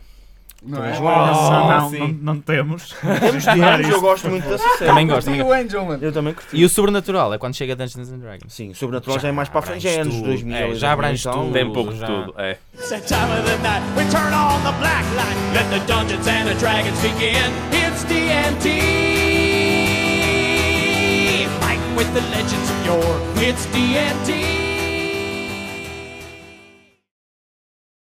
S7: Não é?
S6: Oh. não, não, não, não temos. Temos de tirar
S4: Mas eu
S6: isso.
S4: gosto muito dessa série.
S5: Também gosto.
S7: E
S5: Também
S7: o
S5: gosto.
S7: Angel, mano.
S4: Eu também curti.
S5: E o sobrenatural é quando chega Dungeons and Dragons.
S4: Sim, Sobrenatural já é mais para a frente, já é anos
S5: tudo.
S4: 2000.
S5: É, já abrange
S4: então,
S5: tudo.
S3: Tem pouco de
S5: já.
S3: tudo, é.
S2: It's the time of the night. We turn on the black light. Let the dungeons and the dragons begin. It's DNT. Fighting with the legends of yore. It's DNT.